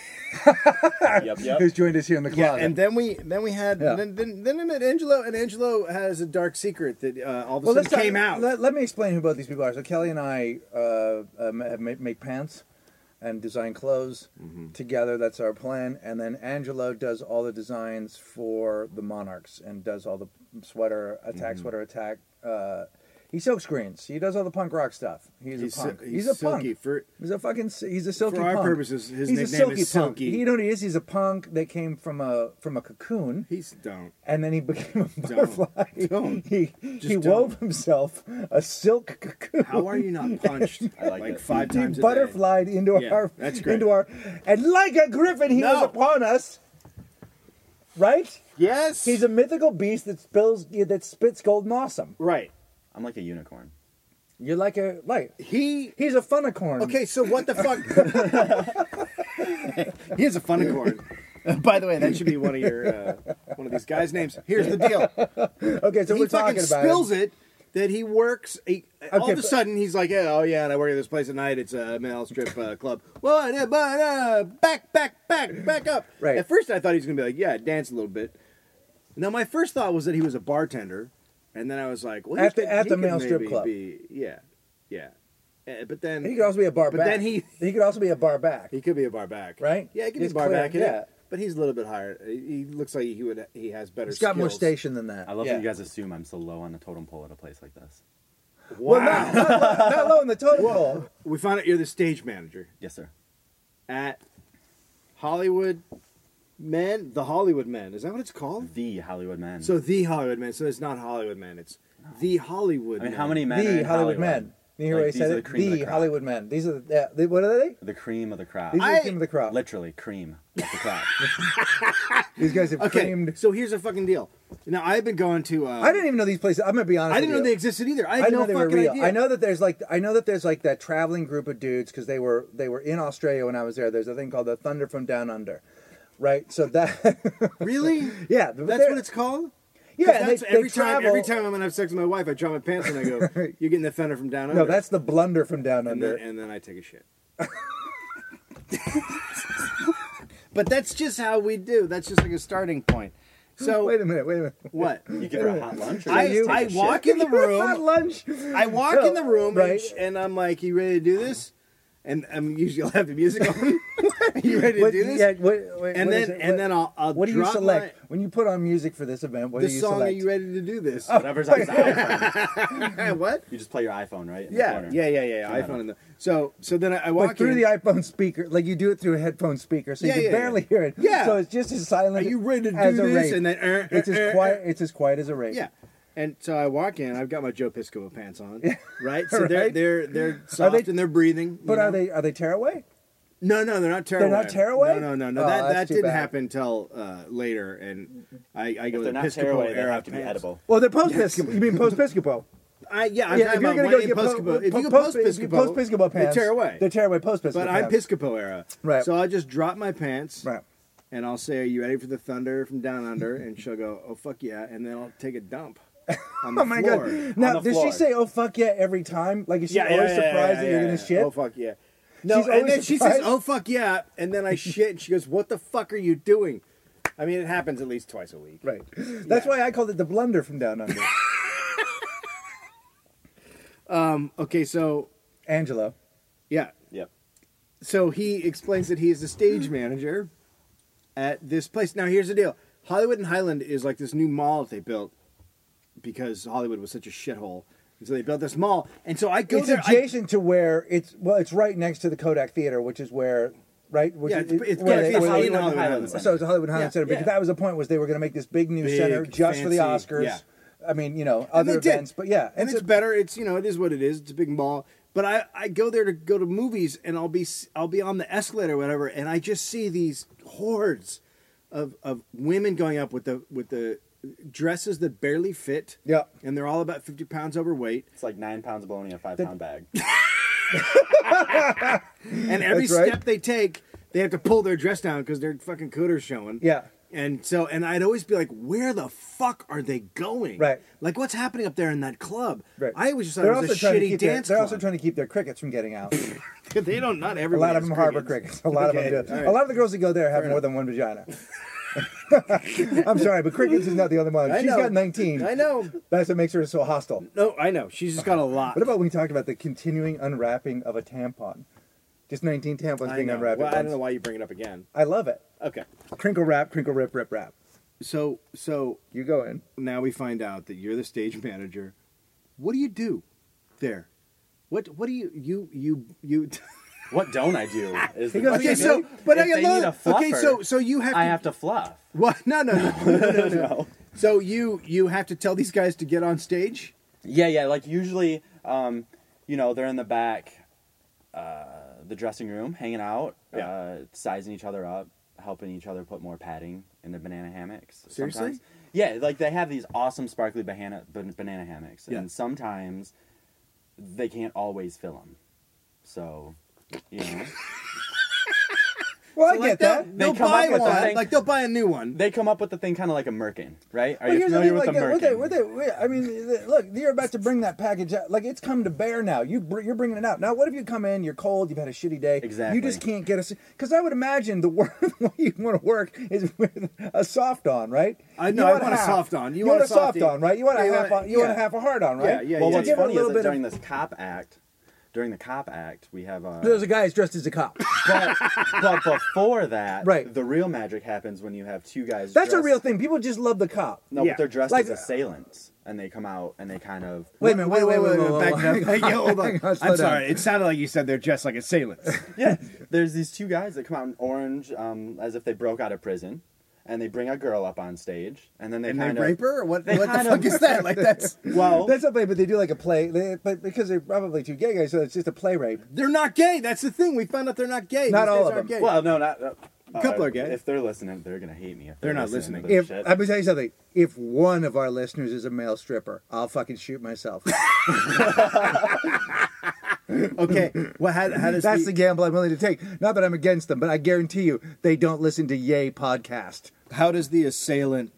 [SPEAKER 2] Yep.
[SPEAKER 1] who's joined us here in the
[SPEAKER 2] Yeah,
[SPEAKER 1] closet.
[SPEAKER 2] and then we then we had
[SPEAKER 1] Yeah.
[SPEAKER 2] then, then then I met Angelo, and Angelo has a dark secret that uh, all of a
[SPEAKER 1] well, let's
[SPEAKER 2] sudden
[SPEAKER 1] talk-
[SPEAKER 2] came out.
[SPEAKER 1] Let, let me explain who both these people are. So Kelly and I uh, uh, ma- ma- make pants and design clothes
[SPEAKER 2] Mm-hmm.
[SPEAKER 1] together. That's our plan. And then Angelo does all the designs for the Monarchs and does all the sweater attack,
[SPEAKER 2] Mm-hmm.
[SPEAKER 1] sweater attack. Uh, he silk screens. He does all the punk rock stuff. He's,
[SPEAKER 2] He's
[SPEAKER 1] a
[SPEAKER 2] si-
[SPEAKER 1] punk. He's,
[SPEAKER 2] he's
[SPEAKER 1] a punk.
[SPEAKER 2] silky for-
[SPEAKER 1] he's a fucking. si- He's a silky.
[SPEAKER 2] our
[SPEAKER 1] punk.
[SPEAKER 2] purposes, his
[SPEAKER 1] he's a
[SPEAKER 2] nickname
[SPEAKER 1] silky
[SPEAKER 2] is
[SPEAKER 1] punk.
[SPEAKER 2] Silky.
[SPEAKER 1] You know what he is? He's a punk that came from a from a cocoon
[SPEAKER 2] He's don't.
[SPEAKER 1] and then he became a butterfly.
[SPEAKER 2] Don't.
[SPEAKER 1] He he
[SPEAKER 2] don't.
[SPEAKER 1] wove himself a silk cocoon.
[SPEAKER 2] How are you not punched like, five
[SPEAKER 1] He
[SPEAKER 2] times a day?
[SPEAKER 1] butterflied into
[SPEAKER 2] Yeah,
[SPEAKER 1] our
[SPEAKER 2] that's great.
[SPEAKER 1] into our and like a griffin he was
[SPEAKER 2] No.
[SPEAKER 1] upon us. Right?
[SPEAKER 2] Yes,
[SPEAKER 1] He's a mythical beast that spills that spits golden awesome.
[SPEAKER 2] right.
[SPEAKER 5] I'm like a unicorn.
[SPEAKER 1] You're like a like
[SPEAKER 2] He
[SPEAKER 1] he's a funicorn.
[SPEAKER 2] okay. So what the fuck? he is a funicorn. By the way, that should be one of your uh, one of these guys' names. Here's the deal.
[SPEAKER 1] Okay, so
[SPEAKER 2] he
[SPEAKER 1] we're
[SPEAKER 2] fucking
[SPEAKER 1] talking about
[SPEAKER 2] spills
[SPEAKER 1] him.
[SPEAKER 2] it. that he works. He, all
[SPEAKER 1] Okay,
[SPEAKER 2] of a
[SPEAKER 1] but-
[SPEAKER 2] sudden, he's like, "Yeah, "Oh yeah, and I work at this place at night. It's a male strip uh, club." What? Uh, but, uh, back, back, back, back up.
[SPEAKER 1] Right.
[SPEAKER 2] At first, I thought he was gonna be like, "Yeah, dance a little bit." Now, my first thought was that he was a bartender, and then I was like, "Well, he
[SPEAKER 1] At the-
[SPEAKER 2] could-
[SPEAKER 1] at
[SPEAKER 2] he
[SPEAKER 1] the
[SPEAKER 2] could
[SPEAKER 1] male strip
[SPEAKER 2] maybe
[SPEAKER 1] club.
[SPEAKER 2] be- yeah, yeah." Uh, but then
[SPEAKER 1] He could also be a bar
[SPEAKER 2] But
[SPEAKER 1] back.
[SPEAKER 2] then he-
[SPEAKER 1] he could also be a bar back.
[SPEAKER 2] he could be a bar back,
[SPEAKER 1] Right?
[SPEAKER 2] Yeah, he could
[SPEAKER 1] He's
[SPEAKER 2] be a bar
[SPEAKER 1] clear,
[SPEAKER 2] back.
[SPEAKER 1] yeah.
[SPEAKER 2] Yeah, but he's a little bit higher. He he looks like he would. He has better.
[SPEAKER 1] He's got more
[SPEAKER 2] skills.
[SPEAKER 1] station than that.
[SPEAKER 5] I love
[SPEAKER 1] yeah.
[SPEAKER 5] that you guys assume I'm so low on the totem pole at a place like this.
[SPEAKER 1] Well, not, not, low- not low in the totem pole.
[SPEAKER 2] We found out you're the stage manager.
[SPEAKER 5] Yes, sir.
[SPEAKER 2] at Hollywood Men, the Hollywood Men. Is that what it's called?
[SPEAKER 5] The Hollywood man.
[SPEAKER 2] So the Hollywood Men. So it's not Hollywood Men. It's the Hollywood.
[SPEAKER 5] I mean,
[SPEAKER 2] Men.
[SPEAKER 5] how many men?
[SPEAKER 1] the
[SPEAKER 5] are in
[SPEAKER 1] Hollywood, Man. You hear
[SPEAKER 5] Like,
[SPEAKER 1] what I
[SPEAKER 5] these
[SPEAKER 1] said?
[SPEAKER 5] are
[SPEAKER 1] it? The,
[SPEAKER 5] the cream of the crop.
[SPEAKER 1] Hollywood men. These are the, yeah, they, what are they?
[SPEAKER 5] The cream of the crop.
[SPEAKER 1] These are
[SPEAKER 2] I-
[SPEAKER 1] the cream of the crop.
[SPEAKER 5] Literally cream of the crop.
[SPEAKER 1] These guys have
[SPEAKER 2] Okay,
[SPEAKER 1] creamed.
[SPEAKER 2] so here's the fucking deal. Now I've been going to. Uh,
[SPEAKER 1] I didn't even know these places. I'm gonna be honest.
[SPEAKER 2] I didn't
[SPEAKER 1] with
[SPEAKER 2] know
[SPEAKER 1] you.
[SPEAKER 2] they existed either. I had
[SPEAKER 1] I know
[SPEAKER 2] no
[SPEAKER 1] they were
[SPEAKER 2] fucking
[SPEAKER 1] real.
[SPEAKER 2] idea.
[SPEAKER 1] I know that there's like I know that there's like that traveling group of dudes because they were they were in Australia when I was there. There's a thing called the Thunder from Down Under, right? So that
[SPEAKER 2] Really?
[SPEAKER 1] yeah,
[SPEAKER 2] That's what it's called.
[SPEAKER 1] yeah.
[SPEAKER 2] 'Cause
[SPEAKER 1] and
[SPEAKER 2] that's
[SPEAKER 1] they,
[SPEAKER 2] every
[SPEAKER 1] they
[SPEAKER 2] time.
[SPEAKER 1] travel,
[SPEAKER 2] Every time I'm gonna have sex with my wife, I draw my pants and I go, "You're getting the fender from down under."
[SPEAKER 1] No, that's the blunder from Down
[SPEAKER 2] and
[SPEAKER 1] Under.
[SPEAKER 2] then, and then I take a shit. but that's just how we do. That's just like a starting point. So
[SPEAKER 1] wait a minute. Wait a minute.
[SPEAKER 2] what?
[SPEAKER 5] You give her a hot lunch. Or
[SPEAKER 2] I,
[SPEAKER 5] you just
[SPEAKER 2] I
[SPEAKER 5] take a
[SPEAKER 2] walk
[SPEAKER 5] shit?
[SPEAKER 2] in the
[SPEAKER 1] Hot
[SPEAKER 2] room.
[SPEAKER 1] lunch.
[SPEAKER 2] I walk
[SPEAKER 1] No,
[SPEAKER 2] in the room,
[SPEAKER 1] right.
[SPEAKER 2] and, sh- and I'm like, "You ready to do this?" And I'm usually I'll have the music on. you ready to
[SPEAKER 1] What-
[SPEAKER 2] do this?
[SPEAKER 1] yeah, what- wait,
[SPEAKER 2] and
[SPEAKER 1] what
[SPEAKER 2] then
[SPEAKER 1] is it?
[SPEAKER 2] and
[SPEAKER 1] What-
[SPEAKER 2] then I'll, I'll
[SPEAKER 1] what do you
[SPEAKER 2] drop
[SPEAKER 1] select when you put on music for this event? What
[SPEAKER 2] my, the
[SPEAKER 1] do you
[SPEAKER 2] song.
[SPEAKER 1] select? Oh,
[SPEAKER 2] Are you ready to do this?
[SPEAKER 5] Whatever's on his iPhone.
[SPEAKER 2] what?
[SPEAKER 5] You just play your iPhone, right? in the
[SPEAKER 2] Yeah,
[SPEAKER 5] corner.
[SPEAKER 2] yeah, yeah, yeah.
[SPEAKER 5] Turn that
[SPEAKER 2] iPhone
[SPEAKER 5] on.
[SPEAKER 2] in the so so then I, I walk
[SPEAKER 1] like through
[SPEAKER 2] in.
[SPEAKER 1] the iPhone speaker, like you do it through a headphone speaker, so
[SPEAKER 2] Yeah,
[SPEAKER 1] you
[SPEAKER 2] yeah,
[SPEAKER 1] can barely
[SPEAKER 2] yeah.
[SPEAKER 1] hear it.
[SPEAKER 2] Yeah.
[SPEAKER 1] So it's just as
[SPEAKER 2] are
[SPEAKER 1] silent.
[SPEAKER 2] you ready to
[SPEAKER 1] as
[SPEAKER 2] do
[SPEAKER 1] a
[SPEAKER 2] this?
[SPEAKER 1] rape.
[SPEAKER 2] And then uh,
[SPEAKER 1] It's
[SPEAKER 2] uh,
[SPEAKER 1] as
[SPEAKER 2] uh,
[SPEAKER 1] quiet. It's as quiet as a rape.
[SPEAKER 2] Yeah, and so I walk in. I've got my Joe Piscopo pants on, right? So they're
[SPEAKER 1] Right.
[SPEAKER 2] they're they're soft
[SPEAKER 1] they-
[SPEAKER 2] and they're breathing. you
[SPEAKER 1] But are
[SPEAKER 2] know?
[SPEAKER 1] they are they tearaway?
[SPEAKER 2] No, no, they're not tearaway.
[SPEAKER 1] They're not tearaway?
[SPEAKER 2] No, no, no, no.
[SPEAKER 1] Oh,
[SPEAKER 2] that that
[SPEAKER 1] that's too
[SPEAKER 2] didn't
[SPEAKER 1] bad.
[SPEAKER 2] happen till uh, later, and I, I go
[SPEAKER 5] If they're
[SPEAKER 2] with
[SPEAKER 5] not
[SPEAKER 2] Piscopo
[SPEAKER 5] tearaway, they
[SPEAKER 2] era
[SPEAKER 5] have to be
[SPEAKER 2] pants.
[SPEAKER 5] edible.
[SPEAKER 1] Well, they're post Piscopo. You mean post Piscopo?
[SPEAKER 2] I, yeah, I'm
[SPEAKER 1] yeah, if
[SPEAKER 2] talking
[SPEAKER 1] you're gonna
[SPEAKER 2] about when
[SPEAKER 1] go
[SPEAKER 2] you
[SPEAKER 1] get
[SPEAKER 2] post,
[SPEAKER 1] po-
[SPEAKER 2] if you
[SPEAKER 1] po-
[SPEAKER 2] go post
[SPEAKER 1] if you post Piscopo pants,
[SPEAKER 2] they tear away.
[SPEAKER 1] They're tearaway post Piscopo.
[SPEAKER 2] but I'm Piscopo era,
[SPEAKER 1] Right.
[SPEAKER 2] So I just drop my pants,
[SPEAKER 1] Right.
[SPEAKER 2] and I'll say, "Are you ready for the thunder from down under?" and she'll go, "Oh fuck yeah!" And then I'll take a dump on the
[SPEAKER 1] Oh my
[SPEAKER 2] floor.
[SPEAKER 1] god! Now,
[SPEAKER 5] the
[SPEAKER 1] does
[SPEAKER 5] floor.
[SPEAKER 1] she say "Oh fuck yeah" every time? Like, is she
[SPEAKER 2] Yeah, yeah,
[SPEAKER 1] always
[SPEAKER 2] yeah,
[SPEAKER 1] surprised
[SPEAKER 2] yeah,
[SPEAKER 1] that you're
[SPEAKER 2] yeah,
[SPEAKER 1] gonna
[SPEAKER 2] yeah.
[SPEAKER 1] shit?
[SPEAKER 2] Oh fuck yeah! No,
[SPEAKER 1] She's
[SPEAKER 2] and
[SPEAKER 1] always
[SPEAKER 2] then she says,
[SPEAKER 1] surprised?
[SPEAKER 2] "Oh fuck yeah!" And then I shit, and she goes, "What the fuck are you doing?" I mean, it happens at least twice a week.
[SPEAKER 1] Right. That's why I called it the blunder from down under.
[SPEAKER 2] Okay, so
[SPEAKER 1] Angelo.
[SPEAKER 2] yeah,
[SPEAKER 5] Yep.
[SPEAKER 2] so he explains that he is the stage manager at this place. Now, here's the deal: Hollywood and Highland is like this new mall that they built because Hollywood was such a shithole, and so they built this mall. And so I go
[SPEAKER 1] it's
[SPEAKER 2] there. I-
[SPEAKER 1] adjacent to where it's well, it's right next to the Kodak Theater, which is where, right? Which
[SPEAKER 2] Yeah,
[SPEAKER 1] is-
[SPEAKER 2] it's- it's
[SPEAKER 1] where
[SPEAKER 2] Kodak
[SPEAKER 1] they-
[SPEAKER 2] Theater's
[SPEAKER 1] where they-
[SPEAKER 2] in Hollywood Highlands.
[SPEAKER 1] So it's the Hollywood Highland
[SPEAKER 2] Yeah,
[SPEAKER 1] Center because
[SPEAKER 2] yeah.
[SPEAKER 1] that was the point was they were going to make this big new
[SPEAKER 2] Big,
[SPEAKER 1] center just for the
[SPEAKER 2] fancy,
[SPEAKER 1] Oscars.
[SPEAKER 2] yeah.
[SPEAKER 1] I mean, you know,
[SPEAKER 2] And
[SPEAKER 1] other
[SPEAKER 2] they did.
[SPEAKER 1] events, but yeah,
[SPEAKER 2] and it's, better. It's you know, it is what it is. It's a big mall. But I, I go there to go to movies, and I'll be s- I'll be on the escalator or whatever, and I just see these hordes of of women going up with the with the dresses that barely fit.
[SPEAKER 1] Yeah.
[SPEAKER 2] and they're all about fifty pounds overweight,
[SPEAKER 5] It's like nine pounds of bologna in a five pound bag.
[SPEAKER 2] and every
[SPEAKER 1] That's right.
[SPEAKER 2] step they take, they have to pull their dress down because their fucking cooter's showing.
[SPEAKER 1] yeah.
[SPEAKER 2] And so, and I'd always be like, "Where the fuck are they going?
[SPEAKER 1] Right.
[SPEAKER 2] Like, what's happening up there in that club?
[SPEAKER 1] Right.
[SPEAKER 2] I always just thought
[SPEAKER 1] They're
[SPEAKER 2] it
[SPEAKER 1] also
[SPEAKER 2] was a
[SPEAKER 1] trying to
[SPEAKER 2] shitty
[SPEAKER 1] keep their-
[SPEAKER 2] dance.
[SPEAKER 1] They're
[SPEAKER 2] club.
[SPEAKER 1] also trying to keep their crickets from getting out. A
[SPEAKER 2] they don't. Not everybody.
[SPEAKER 1] lot of
[SPEAKER 2] has
[SPEAKER 1] them harbor
[SPEAKER 2] crickets.
[SPEAKER 1] crickets. A lot of
[SPEAKER 2] Okay,
[SPEAKER 1] them do.
[SPEAKER 2] all right.
[SPEAKER 1] A lot of the girls that go there have more than one vagina. I'm sorry, but crickets is not the only one.
[SPEAKER 2] I
[SPEAKER 1] She's
[SPEAKER 2] know.
[SPEAKER 1] got 19.
[SPEAKER 2] I know.
[SPEAKER 1] That's what makes her so hostile.
[SPEAKER 2] No, I know. She's just got a lot.
[SPEAKER 1] What about when we talked about the continuing unwrapping of a tampon? Just 19 tampons
[SPEAKER 2] I
[SPEAKER 1] being
[SPEAKER 2] know.
[SPEAKER 1] unwrapped. at
[SPEAKER 2] Well, I don't
[SPEAKER 1] once.
[SPEAKER 2] know why you bring it up again.
[SPEAKER 1] I love it.
[SPEAKER 2] Okay.
[SPEAKER 1] Crinkle wrap, crinkle rip, rip wrap.
[SPEAKER 2] So, so
[SPEAKER 1] You go in.
[SPEAKER 2] now we find out that you're the stage manager. What do you do there? What What do you you you you?
[SPEAKER 5] what don't I do? Is the
[SPEAKER 1] He goes,
[SPEAKER 5] question.
[SPEAKER 2] okay, so but
[SPEAKER 5] If
[SPEAKER 2] I
[SPEAKER 5] they need a
[SPEAKER 2] love. Okay,
[SPEAKER 5] fluffer,
[SPEAKER 2] so so you have to.
[SPEAKER 5] I have to fluff.
[SPEAKER 2] What? No, no, no, no, no, no, no. So you you have to tell these guys to get on stage.
[SPEAKER 5] Yeah, yeah. Like usually, um, you know, they're in the back, uh, the dressing room, hanging out, uh, sizing each other up, helping each other put more padding in their banana hammocks.
[SPEAKER 2] Seriously?
[SPEAKER 5] sometimes. Yeah, like they have these awesome sparkly banana ban- banana hammocks,
[SPEAKER 2] Yeah.
[SPEAKER 5] and sometimes they can't always fill them. So, you know,
[SPEAKER 1] Well, I
[SPEAKER 2] Like
[SPEAKER 1] get that.
[SPEAKER 2] they'll,
[SPEAKER 5] They
[SPEAKER 2] they'll
[SPEAKER 5] come
[SPEAKER 2] buy
[SPEAKER 5] up with a
[SPEAKER 2] one.
[SPEAKER 5] thing.
[SPEAKER 2] Like they'll buy a new one.
[SPEAKER 5] they come up with the thing kind of like a merkin, right? Are
[SPEAKER 1] But
[SPEAKER 5] you
[SPEAKER 1] here's the
[SPEAKER 5] familiar
[SPEAKER 1] thing,
[SPEAKER 5] with
[SPEAKER 1] like,
[SPEAKER 5] the
[SPEAKER 1] uh, what they,
[SPEAKER 5] merkin?
[SPEAKER 1] what they, what- I mean, th- look, you're about to bring that package out. Like, it's come to bear now. You br- you're bringing it out. Now, what if you come in, you're cold, you've had a shitty day.
[SPEAKER 5] Exactly.
[SPEAKER 1] You just can't get a... Because I would imagine the wor- the way you want to work is with a soft on, right?
[SPEAKER 2] I know,
[SPEAKER 1] You
[SPEAKER 2] I
[SPEAKER 1] a
[SPEAKER 2] want a
[SPEAKER 1] half.
[SPEAKER 2] soft on. You
[SPEAKER 1] You,
[SPEAKER 2] want
[SPEAKER 1] want, a
[SPEAKER 2] a
[SPEAKER 1] soft
[SPEAKER 2] softy.
[SPEAKER 1] on, right? You want
[SPEAKER 2] Yeah, you
[SPEAKER 1] a half
[SPEAKER 2] want-
[SPEAKER 1] on. You want
[SPEAKER 2] yeah.
[SPEAKER 1] a half a hard on, right?
[SPEAKER 2] Yeah, yeah,
[SPEAKER 5] well,
[SPEAKER 2] yeah,
[SPEAKER 5] what's
[SPEAKER 1] Give it a
[SPEAKER 5] funny is
[SPEAKER 1] little
[SPEAKER 5] that
[SPEAKER 1] bit of-
[SPEAKER 5] during this cop act, during the cop act, we have uh,
[SPEAKER 1] There's a guy who's dressed as a cop.
[SPEAKER 5] but, but before that,
[SPEAKER 1] Right.
[SPEAKER 5] the real magic happens when you have two guys.
[SPEAKER 1] That's a
[SPEAKER 5] dressed-
[SPEAKER 1] real thing. People just love the cop.
[SPEAKER 5] No,
[SPEAKER 2] Yeah.
[SPEAKER 5] but they're dressed
[SPEAKER 1] Like-
[SPEAKER 5] as assailants, and they come out and they kind of.
[SPEAKER 1] Wait a minute. Wait, wait, wait, wait, wait,
[SPEAKER 2] Back it up. Hey, yo, hold on.
[SPEAKER 1] Hang on, slow
[SPEAKER 2] I'm
[SPEAKER 1] down.
[SPEAKER 2] sorry. It sounded like you said they're dressed like assailants.
[SPEAKER 5] Yeah, there's these two guys that come out in orange, um, as if they broke out of prison, and they bring a girl up on stage, and then they
[SPEAKER 2] and they
[SPEAKER 5] kind of
[SPEAKER 2] rape her. Or what?
[SPEAKER 5] they
[SPEAKER 2] What the
[SPEAKER 5] kind
[SPEAKER 2] fuck
[SPEAKER 5] of-
[SPEAKER 2] is that? Like that's
[SPEAKER 5] Well,
[SPEAKER 1] That's not play, but they do like a play, they, but because they're probably two gay guys, so it's just a play rape.
[SPEAKER 2] they're not gay. That's the thing. We found out they're not gay.
[SPEAKER 1] Not
[SPEAKER 2] These
[SPEAKER 1] all
[SPEAKER 2] guys
[SPEAKER 1] of
[SPEAKER 2] aren't
[SPEAKER 1] them.
[SPEAKER 2] Gay.
[SPEAKER 5] well, no, not. Uh,
[SPEAKER 2] A couple
[SPEAKER 5] uh,
[SPEAKER 2] are gay.
[SPEAKER 5] If they're listening, they're gonna hate me. If
[SPEAKER 2] They're not
[SPEAKER 5] to
[SPEAKER 2] listening.
[SPEAKER 5] this
[SPEAKER 1] If
[SPEAKER 5] shit.
[SPEAKER 1] I'm gonna tell you something, if one of our listeners is a male stripper, I'll fucking shoot myself.
[SPEAKER 2] okay. Well, how, how does
[SPEAKER 1] That's
[SPEAKER 2] the,
[SPEAKER 1] the gamble I'm willing to take. Not that I'm against them, but I guarantee you they don't listen to Yay podcast.
[SPEAKER 2] how does the assailant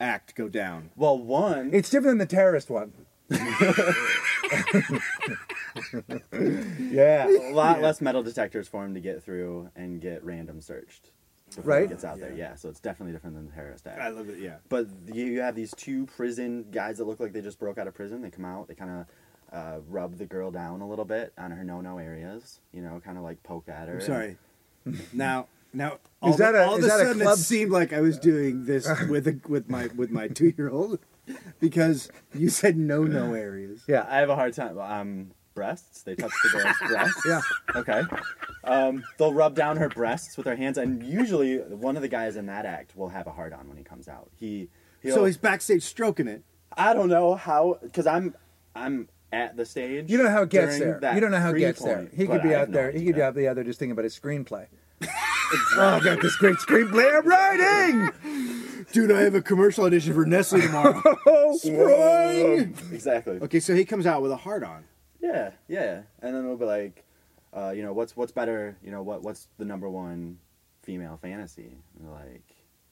[SPEAKER 2] act go down?
[SPEAKER 5] well, one,
[SPEAKER 1] It's different than the terrorist one. yeah.
[SPEAKER 5] a lot less metal detectors for him to get through and get random searched before
[SPEAKER 1] Right.
[SPEAKER 5] he gets out there. Yeah, so it's definitely different than the terrorist act.
[SPEAKER 2] I love it. Yeah.
[SPEAKER 5] But you you have these two prison guys that look like they just broke out of prison. They come out, they kind of uh, rub the girl down a little bit on her no no areas, you know, kind of like poke at her.
[SPEAKER 2] I'm sorry. now, now, all,
[SPEAKER 1] that a-
[SPEAKER 2] all
[SPEAKER 1] is
[SPEAKER 2] of a
[SPEAKER 1] that a
[SPEAKER 2] sudden,
[SPEAKER 1] club-
[SPEAKER 2] it seemed like I was doing this with a, with my with my two year old because you said no no areas.
[SPEAKER 5] Yeah, I have a hard time. Um, breasts. They touch the girl's breasts.
[SPEAKER 1] Yeah.
[SPEAKER 5] Okay. Um, they'll rub down her breasts with their hands, and usually one of the guys in that act will have a hard on when he comes out. He. He'll,
[SPEAKER 2] So he's backstage stroking it.
[SPEAKER 5] I don't know how because I'm I'm at the stage.
[SPEAKER 1] You don't know how it gets
[SPEAKER 5] during
[SPEAKER 1] there.
[SPEAKER 5] that
[SPEAKER 1] You don't know how it
[SPEAKER 5] free
[SPEAKER 1] gets there.
[SPEAKER 5] point,
[SPEAKER 1] He could
[SPEAKER 5] but
[SPEAKER 1] be
[SPEAKER 5] I
[SPEAKER 1] out
[SPEAKER 5] have
[SPEAKER 1] there.
[SPEAKER 5] no
[SPEAKER 1] He could be
[SPEAKER 5] idea.
[SPEAKER 1] out the other just thinking about his screenplay. Oh, I've got this great screenplay I'm writing.
[SPEAKER 2] Dude, I have a commercial audition for Nestle tomorrow.
[SPEAKER 1] Oh,
[SPEAKER 2] Spring!
[SPEAKER 5] Exactly.
[SPEAKER 2] okay, so he comes out with a heart on.
[SPEAKER 5] Yeah, yeah. And then it'll be like, uh, you know, what's what's better? You know, what what's the number one female fantasy? And they're like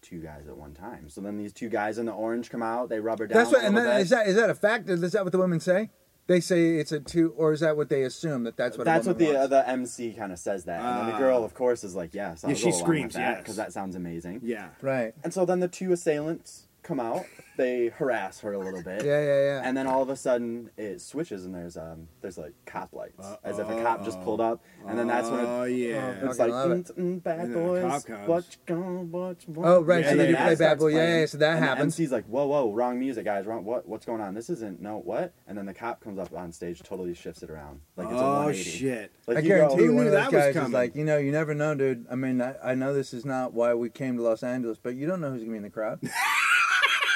[SPEAKER 5] two guys at one time. So then these two guys in the orange come out. They rub her down.
[SPEAKER 1] that's what.
[SPEAKER 5] a
[SPEAKER 1] And
[SPEAKER 5] little
[SPEAKER 1] then,
[SPEAKER 5] bit.
[SPEAKER 1] is that is that a fact? Is that what the women say? They say it's a two, or is that what they assume that that's what? a
[SPEAKER 5] That's what
[SPEAKER 1] woman
[SPEAKER 5] the uh,
[SPEAKER 1] wants?
[SPEAKER 5] the MC kind of says that, and then the
[SPEAKER 2] Ah.
[SPEAKER 5] girl, of course, is like, "Yes, I'll
[SPEAKER 2] Yeah, she screams,
[SPEAKER 5] yeah,
[SPEAKER 2] yes.
[SPEAKER 5] because that sounds amazing."
[SPEAKER 2] Yeah.
[SPEAKER 1] right.
[SPEAKER 5] And so then the two assailants come out. They harass her a little bit.
[SPEAKER 1] Yeah, yeah, yeah.
[SPEAKER 5] And then all of a sudden it switches and there's um there's like cop lights as if a cop just pulled up and then that's when
[SPEAKER 1] Ah,
[SPEAKER 2] Oh
[SPEAKER 5] it,
[SPEAKER 2] yeah.
[SPEAKER 5] it's
[SPEAKER 1] Fucking
[SPEAKER 5] like
[SPEAKER 1] love it.
[SPEAKER 5] mm, mm, bad
[SPEAKER 2] And then the
[SPEAKER 5] boys
[SPEAKER 2] cop comes.
[SPEAKER 5] watch gone watch
[SPEAKER 1] Oh, right,
[SPEAKER 2] so they do play
[SPEAKER 1] Bad Boy, yeah, yeah, so that happens.
[SPEAKER 5] He's like whoa whoa wrong music guys wrong what what's going on this isn't no what and then the cop comes up on stage totally shifts it around like it's a
[SPEAKER 2] oh
[SPEAKER 5] 180.
[SPEAKER 2] shit.
[SPEAKER 5] Like
[SPEAKER 1] I
[SPEAKER 5] you
[SPEAKER 1] guarantee
[SPEAKER 5] go-
[SPEAKER 1] you,
[SPEAKER 2] Who
[SPEAKER 1] one
[SPEAKER 2] knew
[SPEAKER 1] of those
[SPEAKER 2] that was
[SPEAKER 1] guys is
[SPEAKER 2] coming?
[SPEAKER 1] like, you know, you never know, dude. I mean, I, I know this is not why we came to Los Angeles, but you don't know who's gonna be in the crowd.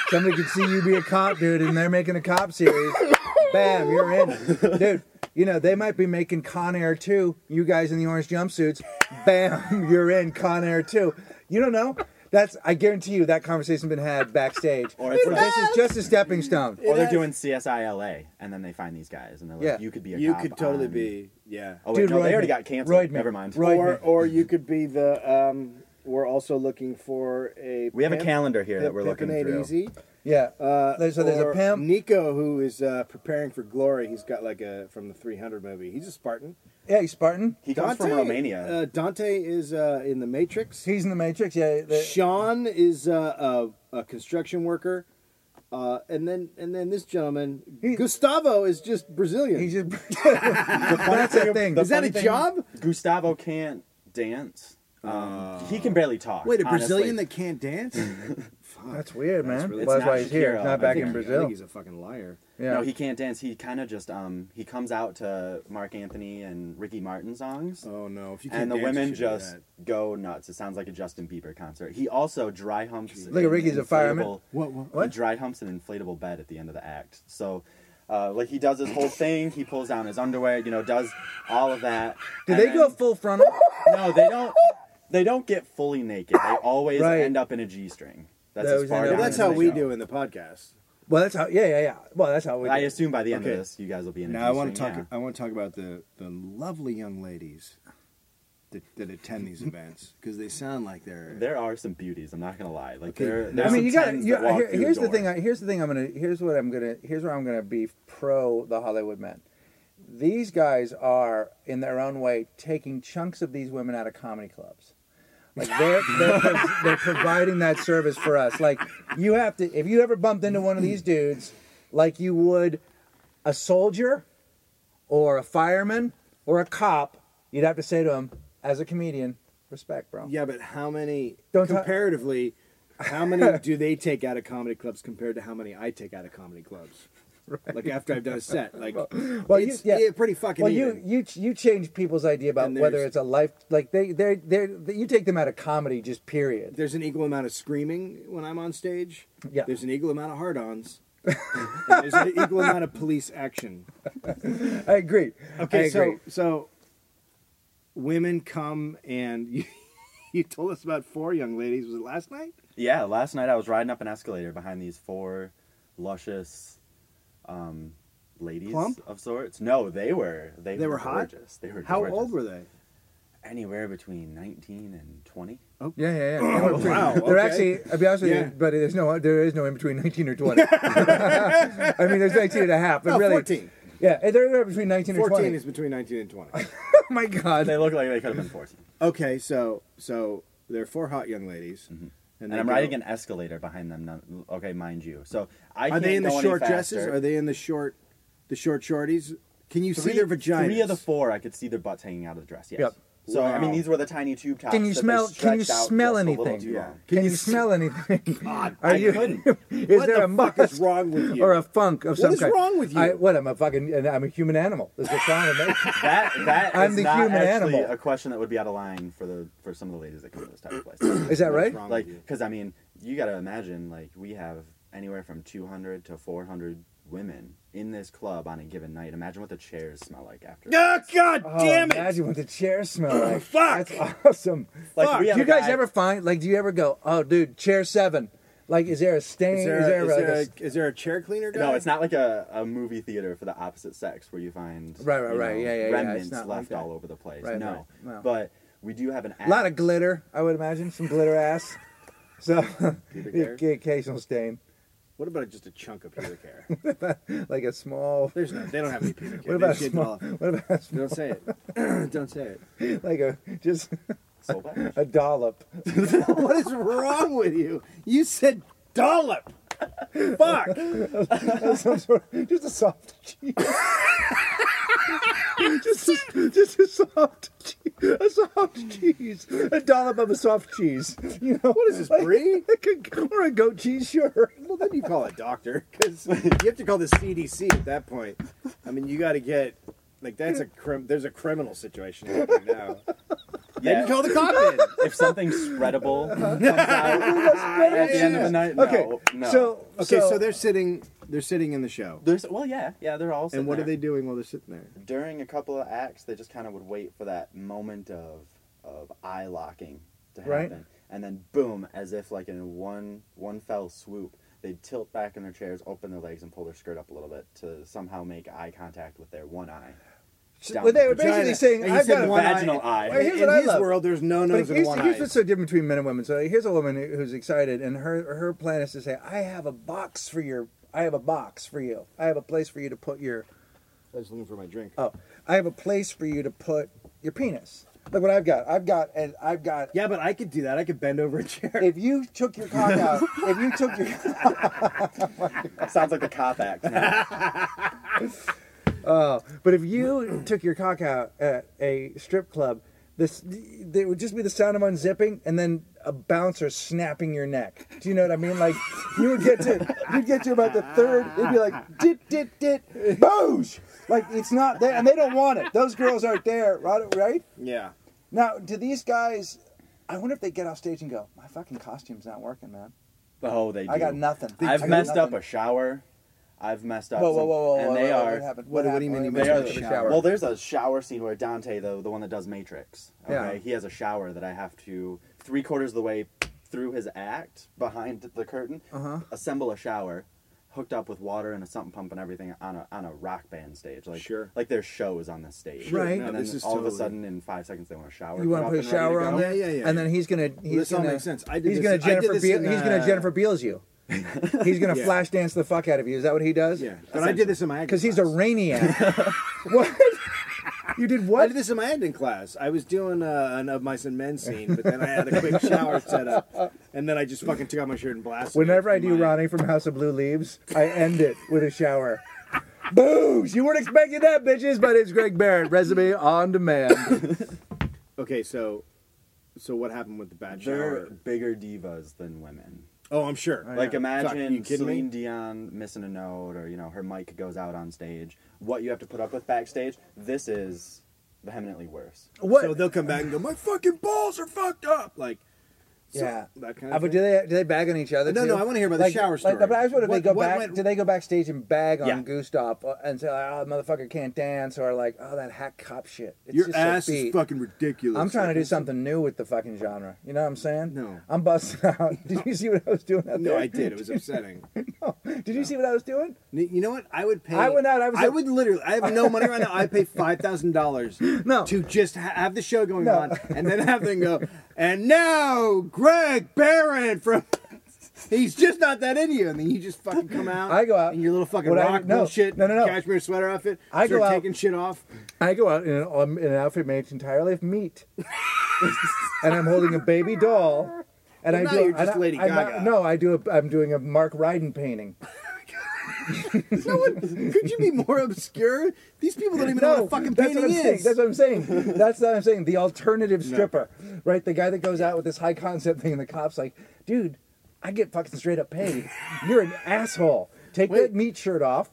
[SPEAKER 1] Somebody could see you be a cop, dude, and they're making a cop series. Bam, you're in, dude. You know they might be making Con Air 2. You guys in the orange jumpsuits, bam, you're in Con Air 2. You don't know. That's I guarantee you that conversation's been had backstage.
[SPEAKER 5] Or it's
[SPEAKER 1] Or
[SPEAKER 5] like- Oh,
[SPEAKER 1] this is just a stepping stone.
[SPEAKER 5] or they're doing CSI LA and then they find these guys and they're like
[SPEAKER 1] Yeah.
[SPEAKER 5] you could be a
[SPEAKER 2] You
[SPEAKER 5] cop
[SPEAKER 2] could totally
[SPEAKER 5] on-
[SPEAKER 2] be. Yeah.
[SPEAKER 5] Oh wait,
[SPEAKER 1] Dude,
[SPEAKER 5] no,
[SPEAKER 1] Roidman.
[SPEAKER 5] they already got canceled.
[SPEAKER 1] Roidman.
[SPEAKER 5] Never mind.
[SPEAKER 1] Roidman.
[SPEAKER 3] Or, or you could be the. Um, we're also looking for a.
[SPEAKER 5] We have a
[SPEAKER 3] pimp-
[SPEAKER 5] calendar here that we're
[SPEAKER 3] pimp
[SPEAKER 5] looking
[SPEAKER 3] and
[SPEAKER 5] through.
[SPEAKER 3] Easy.
[SPEAKER 1] Yeah.
[SPEAKER 3] Uh,
[SPEAKER 1] There's- so there's a
[SPEAKER 3] or
[SPEAKER 1] pimp.
[SPEAKER 3] Nico, who is uh, preparing for glory. He's got like a from the 300 movie. He's a Spartan.
[SPEAKER 1] Hey, Spartan.
[SPEAKER 5] He comes from Romania.
[SPEAKER 3] Uh, Dante is uh, in the Matrix.
[SPEAKER 1] He's in the Matrix. Yeah. the-
[SPEAKER 3] Sean is uh, a, a construction worker. Uh, and then and then this gentleman
[SPEAKER 1] He-
[SPEAKER 3] Gustavo is just Brazilian.
[SPEAKER 1] He's just that's the thing.
[SPEAKER 3] is that a
[SPEAKER 5] thing-
[SPEAKER 3] job?
[SPEAKER 5] Gustavo can't dance. Um, he can barely talk.
[SPEAKER 2] Wait, a
[SPEAKER 5] honestly.
[SPEAKER 2] Brazilian that can't dance? Fuck.
[SPEAKER 1] That's weird, man.
[SPEAKER 2] really-
[SPEAKER 1] Well, that's
[SPEAKER 5] It's not
[SPEAKER 1] why he's here,
[SPEAKER 5] Shakira.
[SPEAKER 1] not
[SPEAKER 5] I
[SPEAKER 1] back
[SPEAKER 5] think-
[SPEAKER 1] in
[SPEAKER 2] I
[SPEAKER 1] Brazil.
[SPEAKER 2] think he's a fucking liar.
[SPEAKER 1] yeah.
[SPEAKER 5] No, he can't dance. He kind of just um he comes out to Mark Anthony and Ricky Martin songs,
[SPEAKER 2] Oh no! If you can't
[SPEAKER 5] and the
[SPEAKER 2] dance, you
[SPEAKER 5] women
[SPEAKER 2] should do
[SPEAKER 5] just
[SPEAKER 2] that.
[SPEAKER 5] go nuts. It sounds like a Justin Bieber concert. He also dry humps.
[SPEAKER 1] Look at
[SPEAKER 5] an
[SPEAKER 1] Ricky's a fireman.
[SPEAKER 5] inflatable-
[SPEAKER 2] What- what-
[SPEAKER 1] What?
[SPEAKER 5] He dry humps an inflatable bed at the end of the act. So. Uh, like he does his whole thing, he pulls down his underwear, you know, does all of that.
[SPEAKER 1] Do
[SPEAKER 5] and
[SPEAKER 1] they
[SPEAKER 5] then-
[SPEAKER 1] go full frontal?
[SPEAKER 5] No, they don't. They don't get fully naked. They always
[SPEAKER 1] Right.
[SPEAKER 5] end up in a g-string. That's
[SPEAKER 1] They
[SPEAKER 5] as
[SPEAKER 1] always
[SPEAKER 5] far
[SPEAKER 1] end
[SPEAKER 5] down
[SPEAKER 1] up
[SPEAKER 3] Well, that's
[SPEAKER 5] as
[SPEAKER 3] how
[SPEAKER 5] they
[SPEAKER 3] we
[SPEAKER 5] go.
[SPEAKER 3] do in the podcast.
[SPEAKER 1] Well, that's how. Yeah, yeah, yeah. Well, that's how we.
[SPEAKER 5] I
[SPEAKER 1] do it.
[SPEAKER 5] assume by the end
[SPEAKER 2] Okay.
[SPEAKER 5] of this, you guys will be in. a
[SPEAKER 2] Now I want to
[SPEAKER 5] G-string,
[SPEAKER 2] talk. I want to talk about the the lovely young ladies that, that attend these events because they sound like
[SPEAKER 5] yeah.
[SPEAKER 2] they're.
[SPEAKER 5] There are some beauties. I'm not gonna lie. Like
[SPEAKER 2] Okay.
[SPEAKER 5] there.
[SPEAKER 1] I
[SPEAKER 5] There's
[SPEAKER 1] mean,
[SPEAKER 5] some
[SPEAKER 1] you got.
[SPEAKER 5] tens
[SPEAKER 1] You,
[SPEAKER 5] that walk
[SPEAKER 1] here,
[SPEAKER 5] through
[SPEAKER 1] here's
[SPEAKER 5] the,
[SPEAKER 1] the
[SPEAKER 5] door.
[SPEAKER 1] thing. I, here's the thing. I'm gonna. Here's what I'm gonna. Here's where I'm gonna be pro the Hollywood men. These guys are, in their own way, taking chunks of these women out of comedy clubs. Like they're they're, pro- they're providing that service for us. Like you have to. If you ever bumped into one of these dudes, like you would a soldier, or a fireman, or a cop, you'd have to say to him, as a comedian, respect, bro.
[SPEAKER 3] Yeah, but how many
[SPEAKER 1] Don't ta-
[SPEAKER 3] comparatively? how many do they take out of comedy clubs compared to how many I take out of comedy clubs?
[SPEAKER 2] Like after I've done a set, like
[SPEAKER 1] Well, you-
[SPEAKER 2] it's
[SPEAKER 1] yeah.
[SPEAKER 2] yeah, pretty fucking.
[SPEAKER 1] Well,
[SPEAKER 2] even.
[SPEAKER 1] you you you change people's idea about
[SPEAKER 2] And
[SPEAKER 1] whether
[SPEAKER 2] there's-
[SPEAKER 1] it's a life like they they they you take them out of comedy just period.
[SPEAKER 2] there's an equal amount of screaming when I'm on stage.
[SPEAKER 1] Yeah.
[SPEAKER 2] There's an equal amount of hard-ons. and there's an equal amount of police action.
[SPEAKER 1] I agree. I
[SPEAKER 2] Okay,
[SPEAKER 1] agree.
[SPEAKER 2] so so women come and you, you told us about four young ladies. Was it last night?
[SPEAKER 5] Yeah, last night I was riding up an escalator behind these four luscious um, ladies
[SPEAKER 2] Plump?
[SPEAKER 5] of sorts. No, they were they,
[SPEAKER 2] They were hot?
[SPEAKER 5] gorgeous. They were
[SPEAKER 2] How
[SPEAKER 5] gorgeous.
[SPEAKER 2] old were they?
[SPEAKER 5] Anywhere between 19 and 20.
[SPEAKER 1] Yeah, yeah, yeah. They were pretty-
[SPEAKER 2] Oh, wow,
[SPEAKER 1] They're
[SPEAKER 2] okay.
[SPEAKER 1] actually, I'll be honest with
[SPEAKER 2] Yeah.
[SPEAKER 1] you, but there's no, there is no in between 19 or 20. I mean, there's 19 and a half, but
[SPEAKER 2] No,
[SPEAKER 1] really,
[SPEAKER 2] 14.
[SPEAKER 1] Yeah, and they're they're between 19 and
[SPEAKER 2] 14
[SPEAKER 1] 20.
[SPEAKER 2] is between 19 and 20.
[SPEAKER 1] oh my God.
[SPEAKER 5] They look like they could have been 14.
[SPEAKER 2] okay, so so there are four hot young ladies.
[SPEAKER 5] Mm-hmm. And,
[SPEAKER 2] they
[SPEAKER 5] I'm
[SPEAKER 2] go-
[SPEAKER 5] riding an escalator behind them. none- Okay, mind you. So I
[SPEAKER 2] Are
[SPEAKER 5] can't
[SPEAKER 2] they in
[SPEAKER 5] go
[SPEAKER 2] the
[SPEAKER 5] any
[SPEAKER 2] short
[SPEAKER 5] faster.
[SPEAKER 2] dresses? Are they in the short the short shorties? Can you see their vaginas?
[SPEAKER 5] Three of the four, I could see their butts hanging out of the dress. Yes.
[SPEAKER 1] Yep.
[SPEAKER 5] So I mean,
[SPEAKER 2] Wow.
[SPEAKER 5] these were the tiny tube tops.
[SPEAKER 1] Can you
[SPEAKER 5] that they
[SPEAKER 1] smell- can you
[SPEAKER 5] stretched out
[SPEAKER 1] smell
[SPEAKER 5] just a little
[SPEAKER 1] anything?
[SPEAKER 5] too
[SPEAKER 2] Yeah.
[SPEAKER 5] long.
[SPEAKER 1] Can,
[SPEAKER 2] Can
[SPEAKER 1] you,
[SPEAKER 2] you s-
[SPEAKER 1] smell anything?
[SPEAKER 2] God,
[SPEAKER 1] Are
[SPEAKER 5] I
[SPEAKER 1] you,
[SPEAKER 5] couldn't.
[SPEAKER 1] Is
[SPEAKER 2] what
[SPEAKER 1] there
[SPEAKER 2] the
[SPEAKER 1] a
[SPEAKER 2] fuck
[SPEAKER 1] musk
[SPEAKER 2] is wrong with you?
[SPEAKER 1] or a funk of some
[SPEAKER 2] is
[SPEAKER 1] kind?
[SPEAKER 2] wrong with you?
[SPEAKER 1] I, what? I'm a fucking. and I'm a human animal. That's what's wrong with me.
[SPEAKER 5] That that
[SPEAKER 1] I'm
[SPEAKER 5] is
[SPEAKER 1] the
[SPEAKER 5] not
[SPEAKER 1] human
[SPEAKER 5] actually
[SPEAKER 1] animal.
[SPEAKER 5] a question that would be out of line for the for some of the ladies that come to this type of place.
[SPEAKER 1] Is that right?
[SPEAKER 2] wrong?
[SPEAKER 5] like, because I mean, you got to imagine like we have anywhere from 200 to 400 women in this club on a given night. Imagine what the chairs smell like after.
[SPEAKER 2] Oh, God
[SPEAKER 1] Oh,
[SPEAKER 2] damn it!
[SPEAKER 1] Imagine what the chairs smell like.
[SPEAKER 2] Fuck!
[SPEAKER 1] That's awesome.
[SPEAKER 5] Like,
[SPEAKER 2] fuck.
[SPEAKER 5] we
[SPEAKER 2] Yeah,
[SPEAKER 1] do
[SPEAKER 5] have
[SPEAKER 1] you
[SPEAKER 5] a
[SPEAKER 1] guys
[SPEAKER 5] guy-
[SPEAKER 1] ever find like? Do you ever go? Oh, dude, chair seven. Like, is there a stain?
[SPEAKER 2] Is there,
[SPEAKER 1] is there,
[SPEAKER 2] is
[SPEAKER 1] like, a
[SPEAKER 2] there
[SPEAKER 1] s-
[SPEAKER 2] a, is there a chair cleaner? Guy?
[SPEAKER 5] No, it's not like a, a movie theater for the opposite sex where you find
[SPEAKER 1] Right, right,
[SPEAKER 5] you
[SPEAKER 1] right. Yeah, yeah, yeah. It's
[SPEAKER 5] remnants
[SPEAKER 1] not like
[SPEAKER 5] left
[SPEAKER 1] that.
[SPEAKER 5] all over the place.
[SPEAKER 1] Right,
[SPEAKER 5] no,
[SPEAKER 1] right. No.
[SPEAKER 5] but we do have an
[SPEAKER 1] A lot of glitter, I would imagine. Some glitter ass. So,
[SPEAKER 2] glitter?
[SPEAKER 1] the occasional stain.
[SPEAKER 2] What about just a chunk of pubic hair?
[SPEAKER 1] Like a small.
[SPEAKER 2] There's no. They don't have any pubic hair.
[SPEAKER 1] What
[SPEAKER 2] They
[SPEAKER 1] about
[SPEAKER 2] shaved
[SPEAKER 1] small?
[SPEAKER 2] all of it.
[SPEAKER 1] What about
[SPEAKER 2] Don't say it. don't say it.
[SPEAKER 1] like a just
[SPEAKER 5] soul patch.
[SPEAKER 1] a dollop?
[SPEAKER 2] What is wrong with you? You said dollop. Fuck.
[SPEAKER 1] Some sort of, just a soft cheese. just, a, just a soft cheese. A soft cheese. A dollop of a soft cheese. You know what
[SPEAKER 2] is this, brie?
[SPEAKER 1] Like a, or a goat cheese, sure.
[SPEAKER 2] Well, then you call a doctor because you have to call the CDC at that point. I mean, you got to get like that's a crim- there's a criminal situation happening now.
[SPEAKER 5] Yeah,
[SPEAKER 2] You call the cop in.
[SPEAKER 5] if something spreadable
[SPEAKER 1] Uh-huh.
[SPEAKER 5] comes out at the end of the night, no,
[SPEAKER 1] Okay.
[SPEAKER 5] no.
[SPEAKER 1] So
[SPEAKER 2] Okay, so, they're sitting they're sitting in the show.
[SPEAKER 5] There's well, yeah, yeah, they're all.
[SPEAKER 2] And what
[SPEAKER 5] there.
[SPEAKER 2] are they doing while they're sitting there?
[SPEAKER 5] During a couple of acts, they just kind of would wait for that moment of of eye locking to happen,
[SPEAKER 1] Right.
[SPEAKER 5] and then boom, as if like in one one fell swoop, they'd tilt back in their chairs, open their legs, and pull their skirt up a little bit to somehow make eye contact with their one eye. down
[SPEAKER 1] well, they
[SPEAKER 5] the
[SPEAKER 1] were
[SPEAKER 5] vagina.
[SPEAKER 1] basically saying,
[SPEAKER 2] And you
[SPEAKER 1] I've
[SPEAKER 2] said
[SPEAKER 1] got a
[SPEAKER 2] one eye-
[SPEAKER 5] vaginal eye.
[SPEAKER 1] Well, here's
[SPEAKER 2] in
[SPEAKER 1] what I
[SPEAKER 2] his
[SPEAKER 1] love.
[SPEAKER 2] world, there's no
[SPEAKER 1] But
[SPEAKER 2] nose and
[SPEAKER 1] here's,
[SPEAKER 2] one
[SPEAKER 1] here's
[SPEAKER 2] eye.
[SPEAKER 1] what's so different between men and women. So here's a woman who's excited, and her her plan is to say, "I have a box for your, I have a box for you, I have a place for you to put your,
[SPEAKER 2] I was looking for my drink.
[SPEAKER 1] oh, I have a place for you to put your penis. Look what I've got. I've got, and I've got.
[SPEAKER 2] Yeah, but I could do that. I could bend over a chair.
[SPEAKER 1] If you took your cock out, if you took your,
[SPEAKER 5] Sounds like the cop act. Now.
[SPEAKER 1] but if you took your cock out at a strip club, this there would just be the sound of unzipping and then a bouncer snapping your neck. Do you know what I mean? Like you would get to you'd get to about the third, it'd be like dit dit dit boosh. Like it's not there, and they don't want it. Those girls aren't there, right? Right
[SPEAKER 2] Yeah.
[SPEAKER 1] now, do these guys? I wonder if they get off stage and go, my fucking costume's not working, man.
[SPEAKER 5] Oh, they. Do.
[SPEAKER 1] I got nothing.
[SPEAKER 5] I've
[SPEAKER 1] I got
[SPEAKER 5] messed up
[SPEAKER 1] nothing."
[SPEAKER 5] a shower. I've messed up.
[SPEAKER 1] Whoa, whoa,
[SPEAKER 5] some-
[SPEAKER 1] whoa, whoa!
[SPEAKER 5] And
[SPEAKER 1] whoa,
[SPEAKER 5] they
[SPEAKER 1] whoa,
[SPEAKER 5] are.
[SPEAKER 1] What, happened?
[SPEAKER 2] what do you mean you
[SPEAKER 1] They
[SPEAKER 2] messed
[SPEAKER 1] are
[SPEAKER 2] up
[SPEAKER 1] the
[SPEAKER 2] a
[SPEAKER 1] shower.
[SPEAKER 2] shower?
[SPEAKER 5] Well, there's a shower scene where Dante, the the one that does Matrix, okay,
[SPEAKER 1] Yeah.
[SPEAKER 5] he has a shower that I have to three quarters of the way through his act behind the curtain,
[SPEAKER 1] Uh-huh.
[SPEAKER 5] assemble a shower, hooked up with water and a something pump and everything on a on a rock band stage, like
[SPEAKER 2] Sure.
[SPEAKER 5] like there's shows on this stage,
[SPEAKER 1] Right.
[SPEAKER 5] And
[SPEAKER 1] No,
[SPEAKER 5] then
[SPEAKER 2] this is
[SPEAKER 5] all of a
[SPEAKER 2] totally-
[SPEAKER 5] sudden in five seconds they want a shower.
[SPEAKER 1] You want to
[SPEAKER 5] up
[SPEAKER 1] put a
[SPEAKER 5] and ready to
[SPEAKER 1] shower
[SPEAKER 5] go.
[SPEAKER 1] on there,
[SPEAKER 2] Yeah, yeah, yeah.
[SPEAKER 1] and then he's gonna he's
[SPEAKER 2] this all
[SPEAKER 1] gonna
[SPEAKER 2] makes sense. I did
[SPEAKER 1] he's
[SPEAKER 2] this-
[SPEAKER 1] gonna
[SPEAKER 2] I did
[SPEAKER 1] Jennifer
[SPEAKER 2] this
[SPEAKER 1] Beal,
[SPEAKER 2] in,
[SPEAKER 1] he's gonna
[SPEAKER 2] uh,
[SPEAKER 1] Jennifer Beals you. he's gonna
[SPEAKER 2] Yeah.
[SPEAKER 1] flash dance the fuck out of you. Is that what he does?
[SPEAKER 2] Yeah. But I did this in my acting
[SPEAKER 1] Because he's a
[SPEAKER 2] class.
[SPEAKER 1] raniac. what? You did
[SPEAKER 2] I
[SPEAKER 1] what?
[SPEAKER 2] did this in my acting class. I was doing uh, an of mice and men scene, but then I had a quick shower set up, and then I just fucking took out my shirt and blasted.
[SPEAKER 1] Whenever
[SPEAKER 2] it
[SPEAKER 1] I do
[SPEAKER 2] My-
[SPEAKER 1] Ronnie from House of Blue Leaves, I end it with a shower. Booze! You weren't expecting that, bitches. But it's Greg Barrett. Resume on demand.
[SPEAKER 2] Okay, so, so what happened with the bad
[SPEAKER 5] They're
[SPEAKER 2] shower?
[SPEAKER 5] bigger divas than women.
[SPEAKER 2] Oh, I'm sure.
[SPEAKER 1] Oh, yeah.
[SPEAKER 5] Like
[SPEAKER 2] Fuck, you
[SPEAKER 5] imagine
[SPEAKER 2] kidding me?
[SPEAKER 5] Celine Dion missing a note, or you know her mic goes out on stage. What you have to put up with backstage. This is vehemently worse.
[SPEAKER 1] What?
[SPEAKER 2] So they'll come back and go, my fucking balls are fucked up. Like, so-
[SPEAKER 1] yeah.
[SPEAKER 2] that kind
[SPEAKER 1] Uh,
[SPEAKER 2] of
[SPEAKER 1] but do
[SPEAKER 2] thing.
[SPEAKER 1] they do they bag on each other?
[SPEAKER 2] No,
[SPEAKER 1] too?
[SPEAKER 2] no, I wanna hear about the
[SPEAKER 1] Like-
[SPEAKER 2] shower story.
[SPEAKER 1] Like, but I was wondering, if
[SPEAKER 2] What-
[SPEAKER 1] they go
[SPEAKER 2] what
[SPEAKER 1] back.
[SPEAKER 2] went-
[SPEAKER 1] do they go backstage and bag on
[SPEAKER 5] Yeah.
[SPEAKER 1] Gustav uh, and say, "Oh, motherfucker can't dance," or like, "Oh, that hack cop shit." It's
[SPEAKER 2] Your
[SPEAKER 1] just so
[SPEAKER 2] ass
[SPEAKER 1] beat."
[SPEAKER 2] is fucking ridiculous.
[SPEAKER 1] I'm trying to do something new with the fucking genre. You know what I'm saying?
[SPEAKER 2] No.
[SPEAKER 1] I'm busting out. Did you see what I was doing out
[SPEAKER 2] No,
[SPEAKER 1] there?
[SPEAKER 2] I did. It was upsetting.
[SPEAKER 1] Did you see what I was doing?
[SPEAKER 2] N- You know what? I would pay.
[SPEAKER 1] I went out, I was like-
[SPEAKER 2] would literally. I have no money right now. I pay five thousand dollars
[SPEAKER 1] No.
[SPEAKER 2] to just ha- have the show going
[SPEAKER 1] No.
[SPEAKER 2] on, and then have them go. And now Greg Barron from. He's just not that into you, and then you just fucking come out.
[SPEAKER 1] I go out-
[SPEAKER 2] in your little fucking
[SPEAKER 1] what I-
[SPEAKER 2] rock
[SPEAKER 1] no,
[SPEAKER 2] bullshit,
[SPEAKER 1] no, no, no.
[SPEAKER 2] cashmere sweater outfit.
[SPEAKER 1] I go
[SPEAKER 2] start
[SPEAKER 1] out-
[SPEAKER 2] taking shit off.
[SPEAKER 1] I go out in an, um, in an outfit made entirely of meat, and I'm holding a baby doll, and
[SPEAKER 2] Well,
[SPEAKER 1] I
[SPEAKER 2] now
[SPEAKER 1] do.
[SPEAKER 2] you're just
[SPEAKER 1] and I-
[SPEAKER 2] Lady
[SPEAKER 1] I'm
[SPEAKER 2] Gaga.
[SPEAKER 1] not- no, I do. A, I'm doing a Mark Ryden painting.
[SPEAKER 2] No one could you be more obscure? These people don't even know
[SPEAKER 1] No,
[SPEAKER 2] what a fucking
[SPEAKER 1] that's
[SPEAKER 2] painting
[SPEAKER 1] what I'm
[SPEAKER 2] is.
[SPEAKER 1] saying. That's what I'm saying. That's what I'm saying. The alternative stripper, right? The guy that goes out with this high concept thing, and the cops like, dude, I get fucking straight up paid. You're an asshole. Take
[SPEAKER 2] Wait.
[SPEAKER 1] that meat shirt off,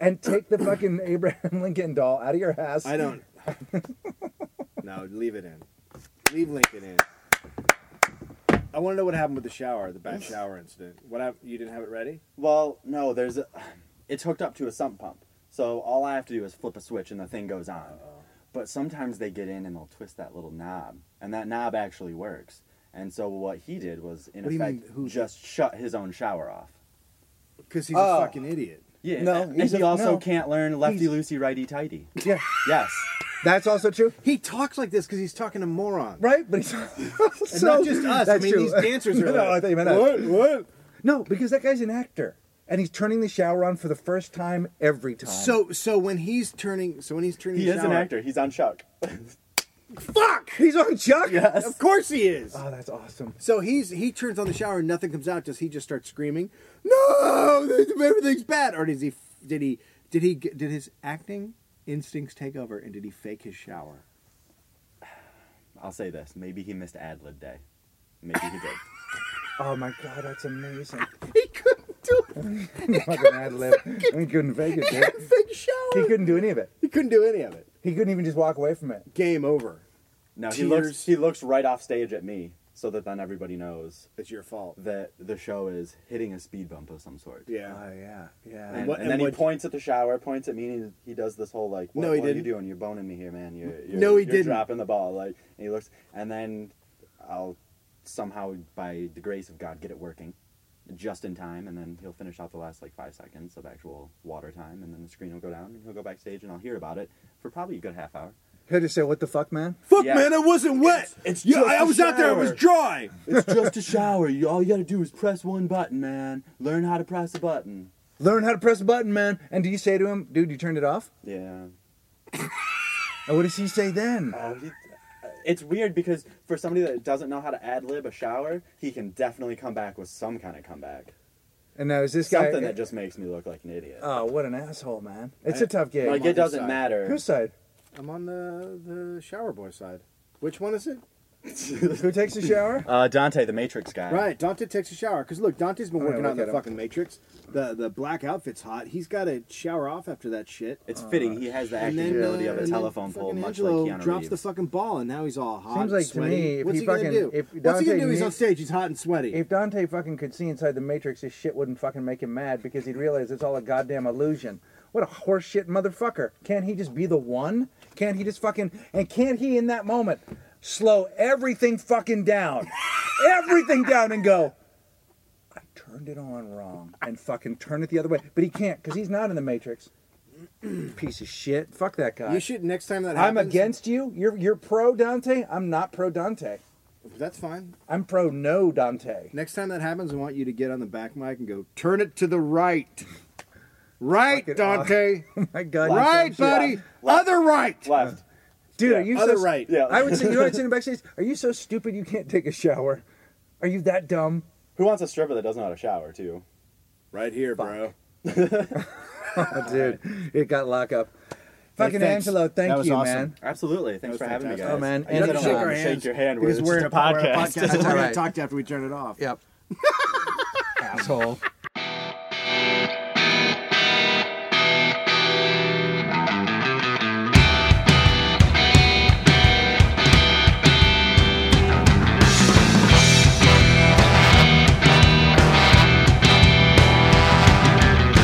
[SPEAKER 1] and take the fucking Abraham Lincoln doll out of your ass.
[SPEAKER 2] I don't. no, leave it in. Leave Lincoln in. I want to know what happened with the shower, the bad shower incident. What hap- you didn't have it ready?
[SPEAKER 5] Well, no, there's a, it's hooked up to a sump pump. So all I have to do is flip a switch and the thing goes on. But sometimes they get in and they'll twist that little knob, and that knob actually works. And so what he did was in
[SPEAKER 2] What do you
[SPEAKER 5] effect
[SPEAKER 2] mean, who-
[SPEAKER 5] just shut his own shower off.
[SPEAKER 2] Because he's
[SPEAKER 1] Oh.
[SPEAKER 2] a fucking idiot.
[SPEAKER 5] Yeah.
[SPEAKER 1] No,
[SPEAKER 5] and
[SPEAKER 1] he's
[SPEAKER 5] he
[SPEAKER 1] a-
[SPEAKER 5] also
[SPEAKER 1] no.
[SPEAKER 5] can't learn lefty loosey righty tighty.
[SPEAKER 1] Yeah,
[SPEAKER 5] yes.
[SPEAKER 1] that's also true.
[SPEAKER 2] He talks like this because he's talking to morons.
[SPEAKER 1] Right, but he's
[SPEAKER 2] And
[SPEAKER 1] so,
[SPEAKER 2] not just us. I
[SPEAKER 1] That's
[SPEAKER 2] mean,
[SPEAKER 1] true.
[SPEAKER 2] these dancers are
[SPEAKER 1] no,
[SPEAKER 2] like,
[SPEAKER 1] I thought you meant
[SPEAKER 2] what?
[SPEAKER 1] us.
[SPEAKER 2] What?
[SPEAKER 1] No, because that guy's an actor, and he's turning the shower on for the first time every time.
[SPEAKER 2] So, so when he's turning, so when he's turning,
[SPEAKER 5] He
[SPEAKER 2] the
[SPEAKER 5] is
[SPEAKER 2] shower,
[SPEAKER 5] an actor. He's on Chuck.
[SPEAKER 2] Fuck!
[SPEAKER 1] he's on Chuck.
[SPEAKER 2] Of course he is.
[SPEAKER 1] Oh, that's awesome.
[SPEAKER 2] So he's he turns on the shower and nothing comes out. Does he just start screaming? No, everything's bad. Or does he? Did he? Did he? get- Did his acting instincts take over? And did he fake his shower?
[SPEAKER 5] I'll say this. Maybe he missed ad lib day. Maybe he did.
[SPEAKER 1] Oh my god, that's amazing.
[SPEAKER 2] He couldn't do it.
[SPEAKER 1] Fucking ad lib. He couldn't fake it.
[SPEAKER 2] He
[SPEAKER 1] Dude.
[SPEAKER 2] had fake shower.
[SPEAKER 1] He couldn't do any of it.
[SPEAKER 2] He couldn't do any of it.
[SPEAKER 1] He couldn't even just walk away from it.
[SPEAKER 2] Game over.
[SPEAKER 5] No, he
[SPEAKER 2] Tears.
[SPEAKER 5] looks he looks right off stage at me so that then everybody knows
[SPEAKER 2] It's your fault.
[SPEAKER 5] that the show is hitting a speed bump of some sort.
[SPEAKER 2] Yeah.
[SPEAKER 1] Oh, yeah, yeah.
[SPEAKER 5] And,
[SPEAKER 2] what-
[SPEAKER 5] and then
[SPEAKER 2] and
[SPEAKER 5] he
[SPEAKER 2] what-
[SPEAKER 5] points at the shower, points at me, and he, he does this whole like, what,
[SPEAKER 2] No, he
[SPEAKER 5] what are
[SPEAKER 2] didn't.
[SPEAKER 5] you doing? You're boning me here, man. You're, you're,
[SPEAKER 2] No, he
[SPEAKER 5] you're
[SPEAKER 2] didn't.
[SPEAKER 5] dropping the ball. Like, and he looks, and then I'll somehow, by the grace of God, get it working just in time, and then he'll finish out the last like five seconds of actual water time, and then the screen will go down, and he'll go backstage, and I'll hear about it for probably a good half hour.
[SPEAKER 1] He'll just say, "What the fuck, man?"
[SPEAKER 2] Fuck,
[SPEAKER 5] Yeah.
[SPEAKER 2] man, I wasn't wet.
[SPEAKER 5] It's- it's
[SPEAKER 2] yeah,
[SPEAKER 5] just
[SPEAKER 2] I, I
[SPEAKER 5] a
[SPEAKER 2] was out there. It was
[SPEAKER 5] shower.
[SPEAKER 2] dry.
[SPEAKER 5] It's just a shower. You, all you gotta do is press one button, man. Learn how to press a button.
[SPEAKER 1] Learn how to press a button, man. And do you say to him, "Dude, you turned it off?"
[SPEAKER 5] Yeah.
[SPEAKER 1] And what does he say then?
[SPEAKER 5] Oh, he, it's weird because for somebody that doesn't know how to ad lib a shower, he can definitely come back with some kind of comeback.
[SPEAKER 1] And now is this guy?
[SPEAKER 5] Something that just makes me look like an idiot.
[SPEAKER 1] oh, what an asshole, man. It's a tough game.
[SPEAKER 5] like
[SPEAKER 2] on
[SPEAKER 5] it
[SPEAKER 2] whose
[SPEAKER 5] doesn't
[SPEAKER 2] side?
[SPEAKER 5] matter.
[SPEAKER 1] Whose side?
[SPEAKER 2] I'm on the the shower boy side. Which one is it?
[SPEAKER 1] Who takes a shower?
[SPEAKER 5] Uh, Dante, the Matrix guy.
[SPEAKER 2] Right, Dante takes a shower because look, Dante's been
[SPEAKER 1] Oh, yeah,
[SPEAKER 2] working
[SPEAKER 1] look
[SPEAKER 2] on the
[SPEAKER 1] at him.
[SPEAKER 2] fucking Matrix. The the black outfit's hot. He's got to shower off after that shit.
[SPEAKER 5] It's fitting. He has the acting ability of
[SPEAKER 2] uh,
[SPEAKER 5] a
[SPEAKER 2] and then
[SPEAKER 5] telephone pole,
[SPEAKER 2] fucking
[SPEAKER 5] much like
[SPEAKER 2] Angelo
[SPEAKER 5] Keanu
[SPEAKER 2] drops
[SPEAKER 5] Reeves.
[SPEAKER 2] the fucking ball, and now he's all hot.
[SPEAKER 1] Seems
[SPEAKER 2] and
[SPEAKER 1] like to
[SPEAKER 2] sweaty.
[SPEAKER 1] me, if
[SPEAKER 2] What's
[SPEAKER 1] he
[SPEAKER 2] he, gonna
[SPEAKER 1] fucking-
[SPEAKER 2] do?
[SPEAKER 1] if
[SPEAKER 2] What's he gonna
[SPEAKER 1] Dante
[SPEAKER 2] do? He's on
[SPEAKER 1] needs-
[SPEAKER 2] stage. He's hot and sweaty.
[SPEAKER 1] If Dante fucking could see inside the Matrix, his shit wouldn't fucking make him mad because he'd realize it's all a goddamn illusion. What a horseshit motherfucker. Can't he just be the one? Can't he just fucking. And can't he in that moment slow everything fucking down? everything down and go, I turned it on wrong and fucking turn it the other way. But he can't because he's not in the Matrix. Piece of shit. Fuck that guy.
[SPEAKER 2] you should next time that
[SPEAKER 1] I'm
[SPEAKER 2] happens.
[SPEAKER 1] against you. You're, you're pro Dante. I'm not pro Dante.
[SPEAKER 2] That's fine.
[SPEAKER 1] I'm pro no Dante.
[SPEAKER 2] Next time that happens, I want you to get on the back mic and go turn it to the right, right,
[SPEAKER 1] Fucking uh,
[SPEAKER 2] Dante,
[SPEAKER 1] My God. you
[SPEAKER 2] right,
[SPEAKER 1] dumb shit.
[SPEAKER 2] buddy,
[SPEAKER 5] Left.
[SPEAKER 2] other right.
[SPEAKER 5] Left.
[SPEAKER 1] Dude,
[SPEAKER 5] Yeah,
[SPEAKER 1] are you
[SPEAKER 2] other
[SPEAKER 1] so
[SPEAKER 2] right.
[SPEAKER 5] Yeah.
[SPEAKER 1] I would say, you know what I'd say in the backstage? Are you so stupid you can't take a shower? Are you that dumb?
[SPEAKER 5] Who wants a stripper that doesn't know how to shower too?
[SPEAKER 2] Right here, bro.
[SPEAKER 1] Oh, dude, it got lock up. Fucking
[SPEAKER 2] thanks.
[SPEAKER 1] Angelo, thank
[SPEAKER 2] That was
[SPEAKER 1] you,
[SPEAKER 2] awesome.
[SPEAKER 1] man.
[SPEAKER 5] Absolutely.
[SPEAKER 2] That
[SPEAKER 5] Thanks for
[SPEAKER 2] was
[SPEAKER 5] having me,
[SPEAKER 2] fantastic.
[SPEAKER 5] guys.
[SPEAKER 1] Oh, man.
[SPEAKER 5] I guess
[SPEAKER 1] And
[SPEAKER 5] I don't
[SPEAKER 1] shake
[SPEAKER 5] know how
[SPEAKER 1] our
[SPEAKER 5] to shake
[SPEAKER 2] hands
[SPEAKER 5] your hand.
[SPEAKER 2] Because
[SPEAKER 5] it's
[SPEAKER 2] we're
[SPEAKER 5] just
[SPEAKER 2] in a podcast. We're
[SPEAKER 1] All
[SPEAKER 2] gonna
[SPEAKER 1] right.
[SPEAKER 2] talk after we turn it off.
[SPEAKER 1] Yep. asshole.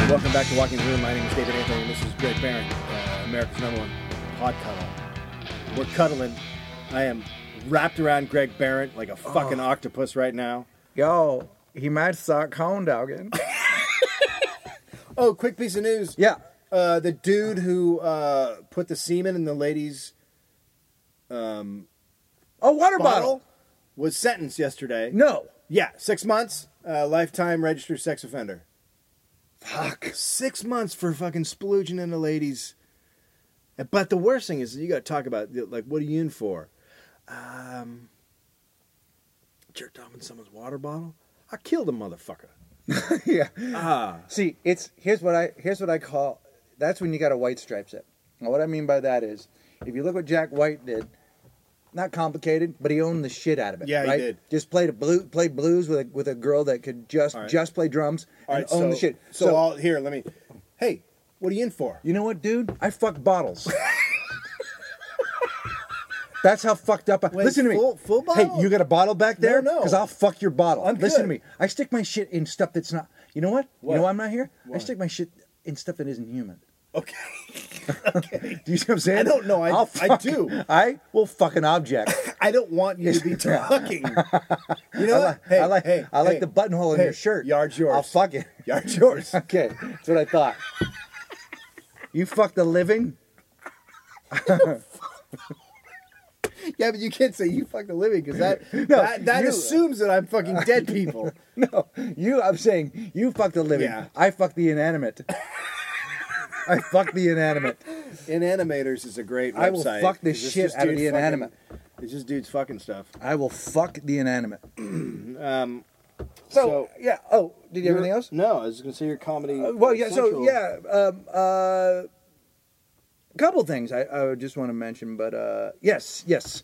[SPEAKER 2] Welcome back to Walking the Room. My name is David Anthony, and this is Greg Barron, uh, America's number one pod cuddle. We're cuddling. I am wrapped around Greg Barron like a fucking octopus right now.
[SPEAKER 1] Yo, he might suck hound again.
[SPEAKER 2] Oh, quick piece of news.
[SPEAKER 1] Yeah.
[SPEAKER 2] Uh, the dude who uh, put the semen in the lady's
[SPEAKER 1] Oh, water
[SPEAKER 2] bottle,
[SPEAKER 1] bottle.
[SPEAKER 2] was sentenced yesterday.
[SPEAKER 1] No.
[SPEAKER 2] Yeah, six months, uh, lifetime registered sex offender. Fuck. Six months for fucking splooging into ladies. But the worst thing is, you got to talk about, like, what are you in for? Um, jerked off in someone's water bottle? I killed a motherfucker.
[SPEAKER 1] yeah.
[SPEAKER 2] Ah.
[SPEAKER 1] See, it's here's what I here's what I call that's when you got a white stripes it. Now what I mean by that is if you look what Jack White did, not complicated, but he owned the shit out of it.
[SPEAKER 2] Yeah, he
[SPEAKER 1] right?
[SPEAKER 2] did.
[SPEAKER 1] Just played a blue played blues with a with a girl that could just
[SPEAKER 2] All right.
[SPEAKER 1] just play drums
[SPEAKER 2] All
[SPEAKER 1] and
[SPEAKER 2] right,
[SPEAKER 1] own
[SPEAKER 2] so,
[SPEAKER 1] the shit.
[SPEAKER 2] So, all, here, let me. Hey, what are you in for?
[SPEAKER 1] you know what, dude? I fuck bottles. That's how fucked up. I,
[SPEAKER 2] Wait,
[SPEAKER 1] listen to me.
[SPEAKER 2] full- full
[SPEAKER 1] Hey,
[SPEAKER 2] bottle?
[SPEAKER 1] you got a bottle back there?
[SPEAKER 2] No, no.
[SPEAKER 1] Because I'll fuck your bottle.
[SPEAKER 2] I'm
[SPEAKER 1] listen to
[SPEAKER 2] good.
[SPEAKER 1] me. I stick my shit in stuff that's not. You know what?
[SPEAKER 2] What?
[SPEAKER 1] You know why I'm not here? I
[SPEAKER 2] Why?
[SPEAKER 1] stick my shit in stuff that isn't human.
[SPEAKER 2] Okay.
[SPEAKER 1] Do you see what I'm saying?
[SPEAKER 2] I don't know. I-
[SPEAKER 1] I'll
[SPEAKER 2] I
[SPEAKER 1] fuck-
[SPEAKER 2] do.
[SPEAKER 1] I will fuck an object.
[SPEAKER 2] I don't want you to be talking. You know
[SPEAKER 1] I
[SPEAKER 2] what?
[SPEAKER 1] like, I like, I like the buttonhole in
[SPEAKER 2] hey,
[SPEAKER 1] your shirt.
[SPEAKER 2] yard's yours.
[SPEAKER 1] I'll fuck it.
[SPEAKER 2] Yard's yours.
[SPEAKER 1] Okay, that's what I thought. You fuck the living?
[SPEAKER 2] Yeah, but you can't say you fuck the living because that
[SPEAKER 1] No,
[SPEAKER 2] that, that
[SPEAKER 1] you-
[SPEAKER 2] assumes that I'm fucking dead people.
[SPEAKER 1] No, you. I'm saying you fuck the living.
[SPEAKER 2] Yeah.
[SPEAKER 1] I fuck the inanimate. I fuck the inanimate.
[SPEAKER 2] Inanimators is a great website.
[SPEAKER 1] I will fuck the
[SPEAKER 2] 'cause it's
[SPEAKER 1] shit
[SPEAKER 2] just
[SPEAKER 1] out of
[SPEAKER 2] dude
[SPEAKER 1] the inanimate.
[SPEAKER 2] Fucking, it's just dudes fucking stuff.
[SPEAKER 1] I will fuck the inanimate.
[SPEAKER 2] Um,
[SPEAKER 1] So,
[SPEAKER 2] So-
[SPEAKER 1] yeah. Oh, did you have anything else?
[SPEAKER 3] No, I was going to say your comedy.
[SPEAKER 1] Uh, well, yeah. So
[SPEAKER 3] central-
[SPEAKER 1] yeah, um, uh, a couple things I, I would just want to mention, but uh, yes, yes.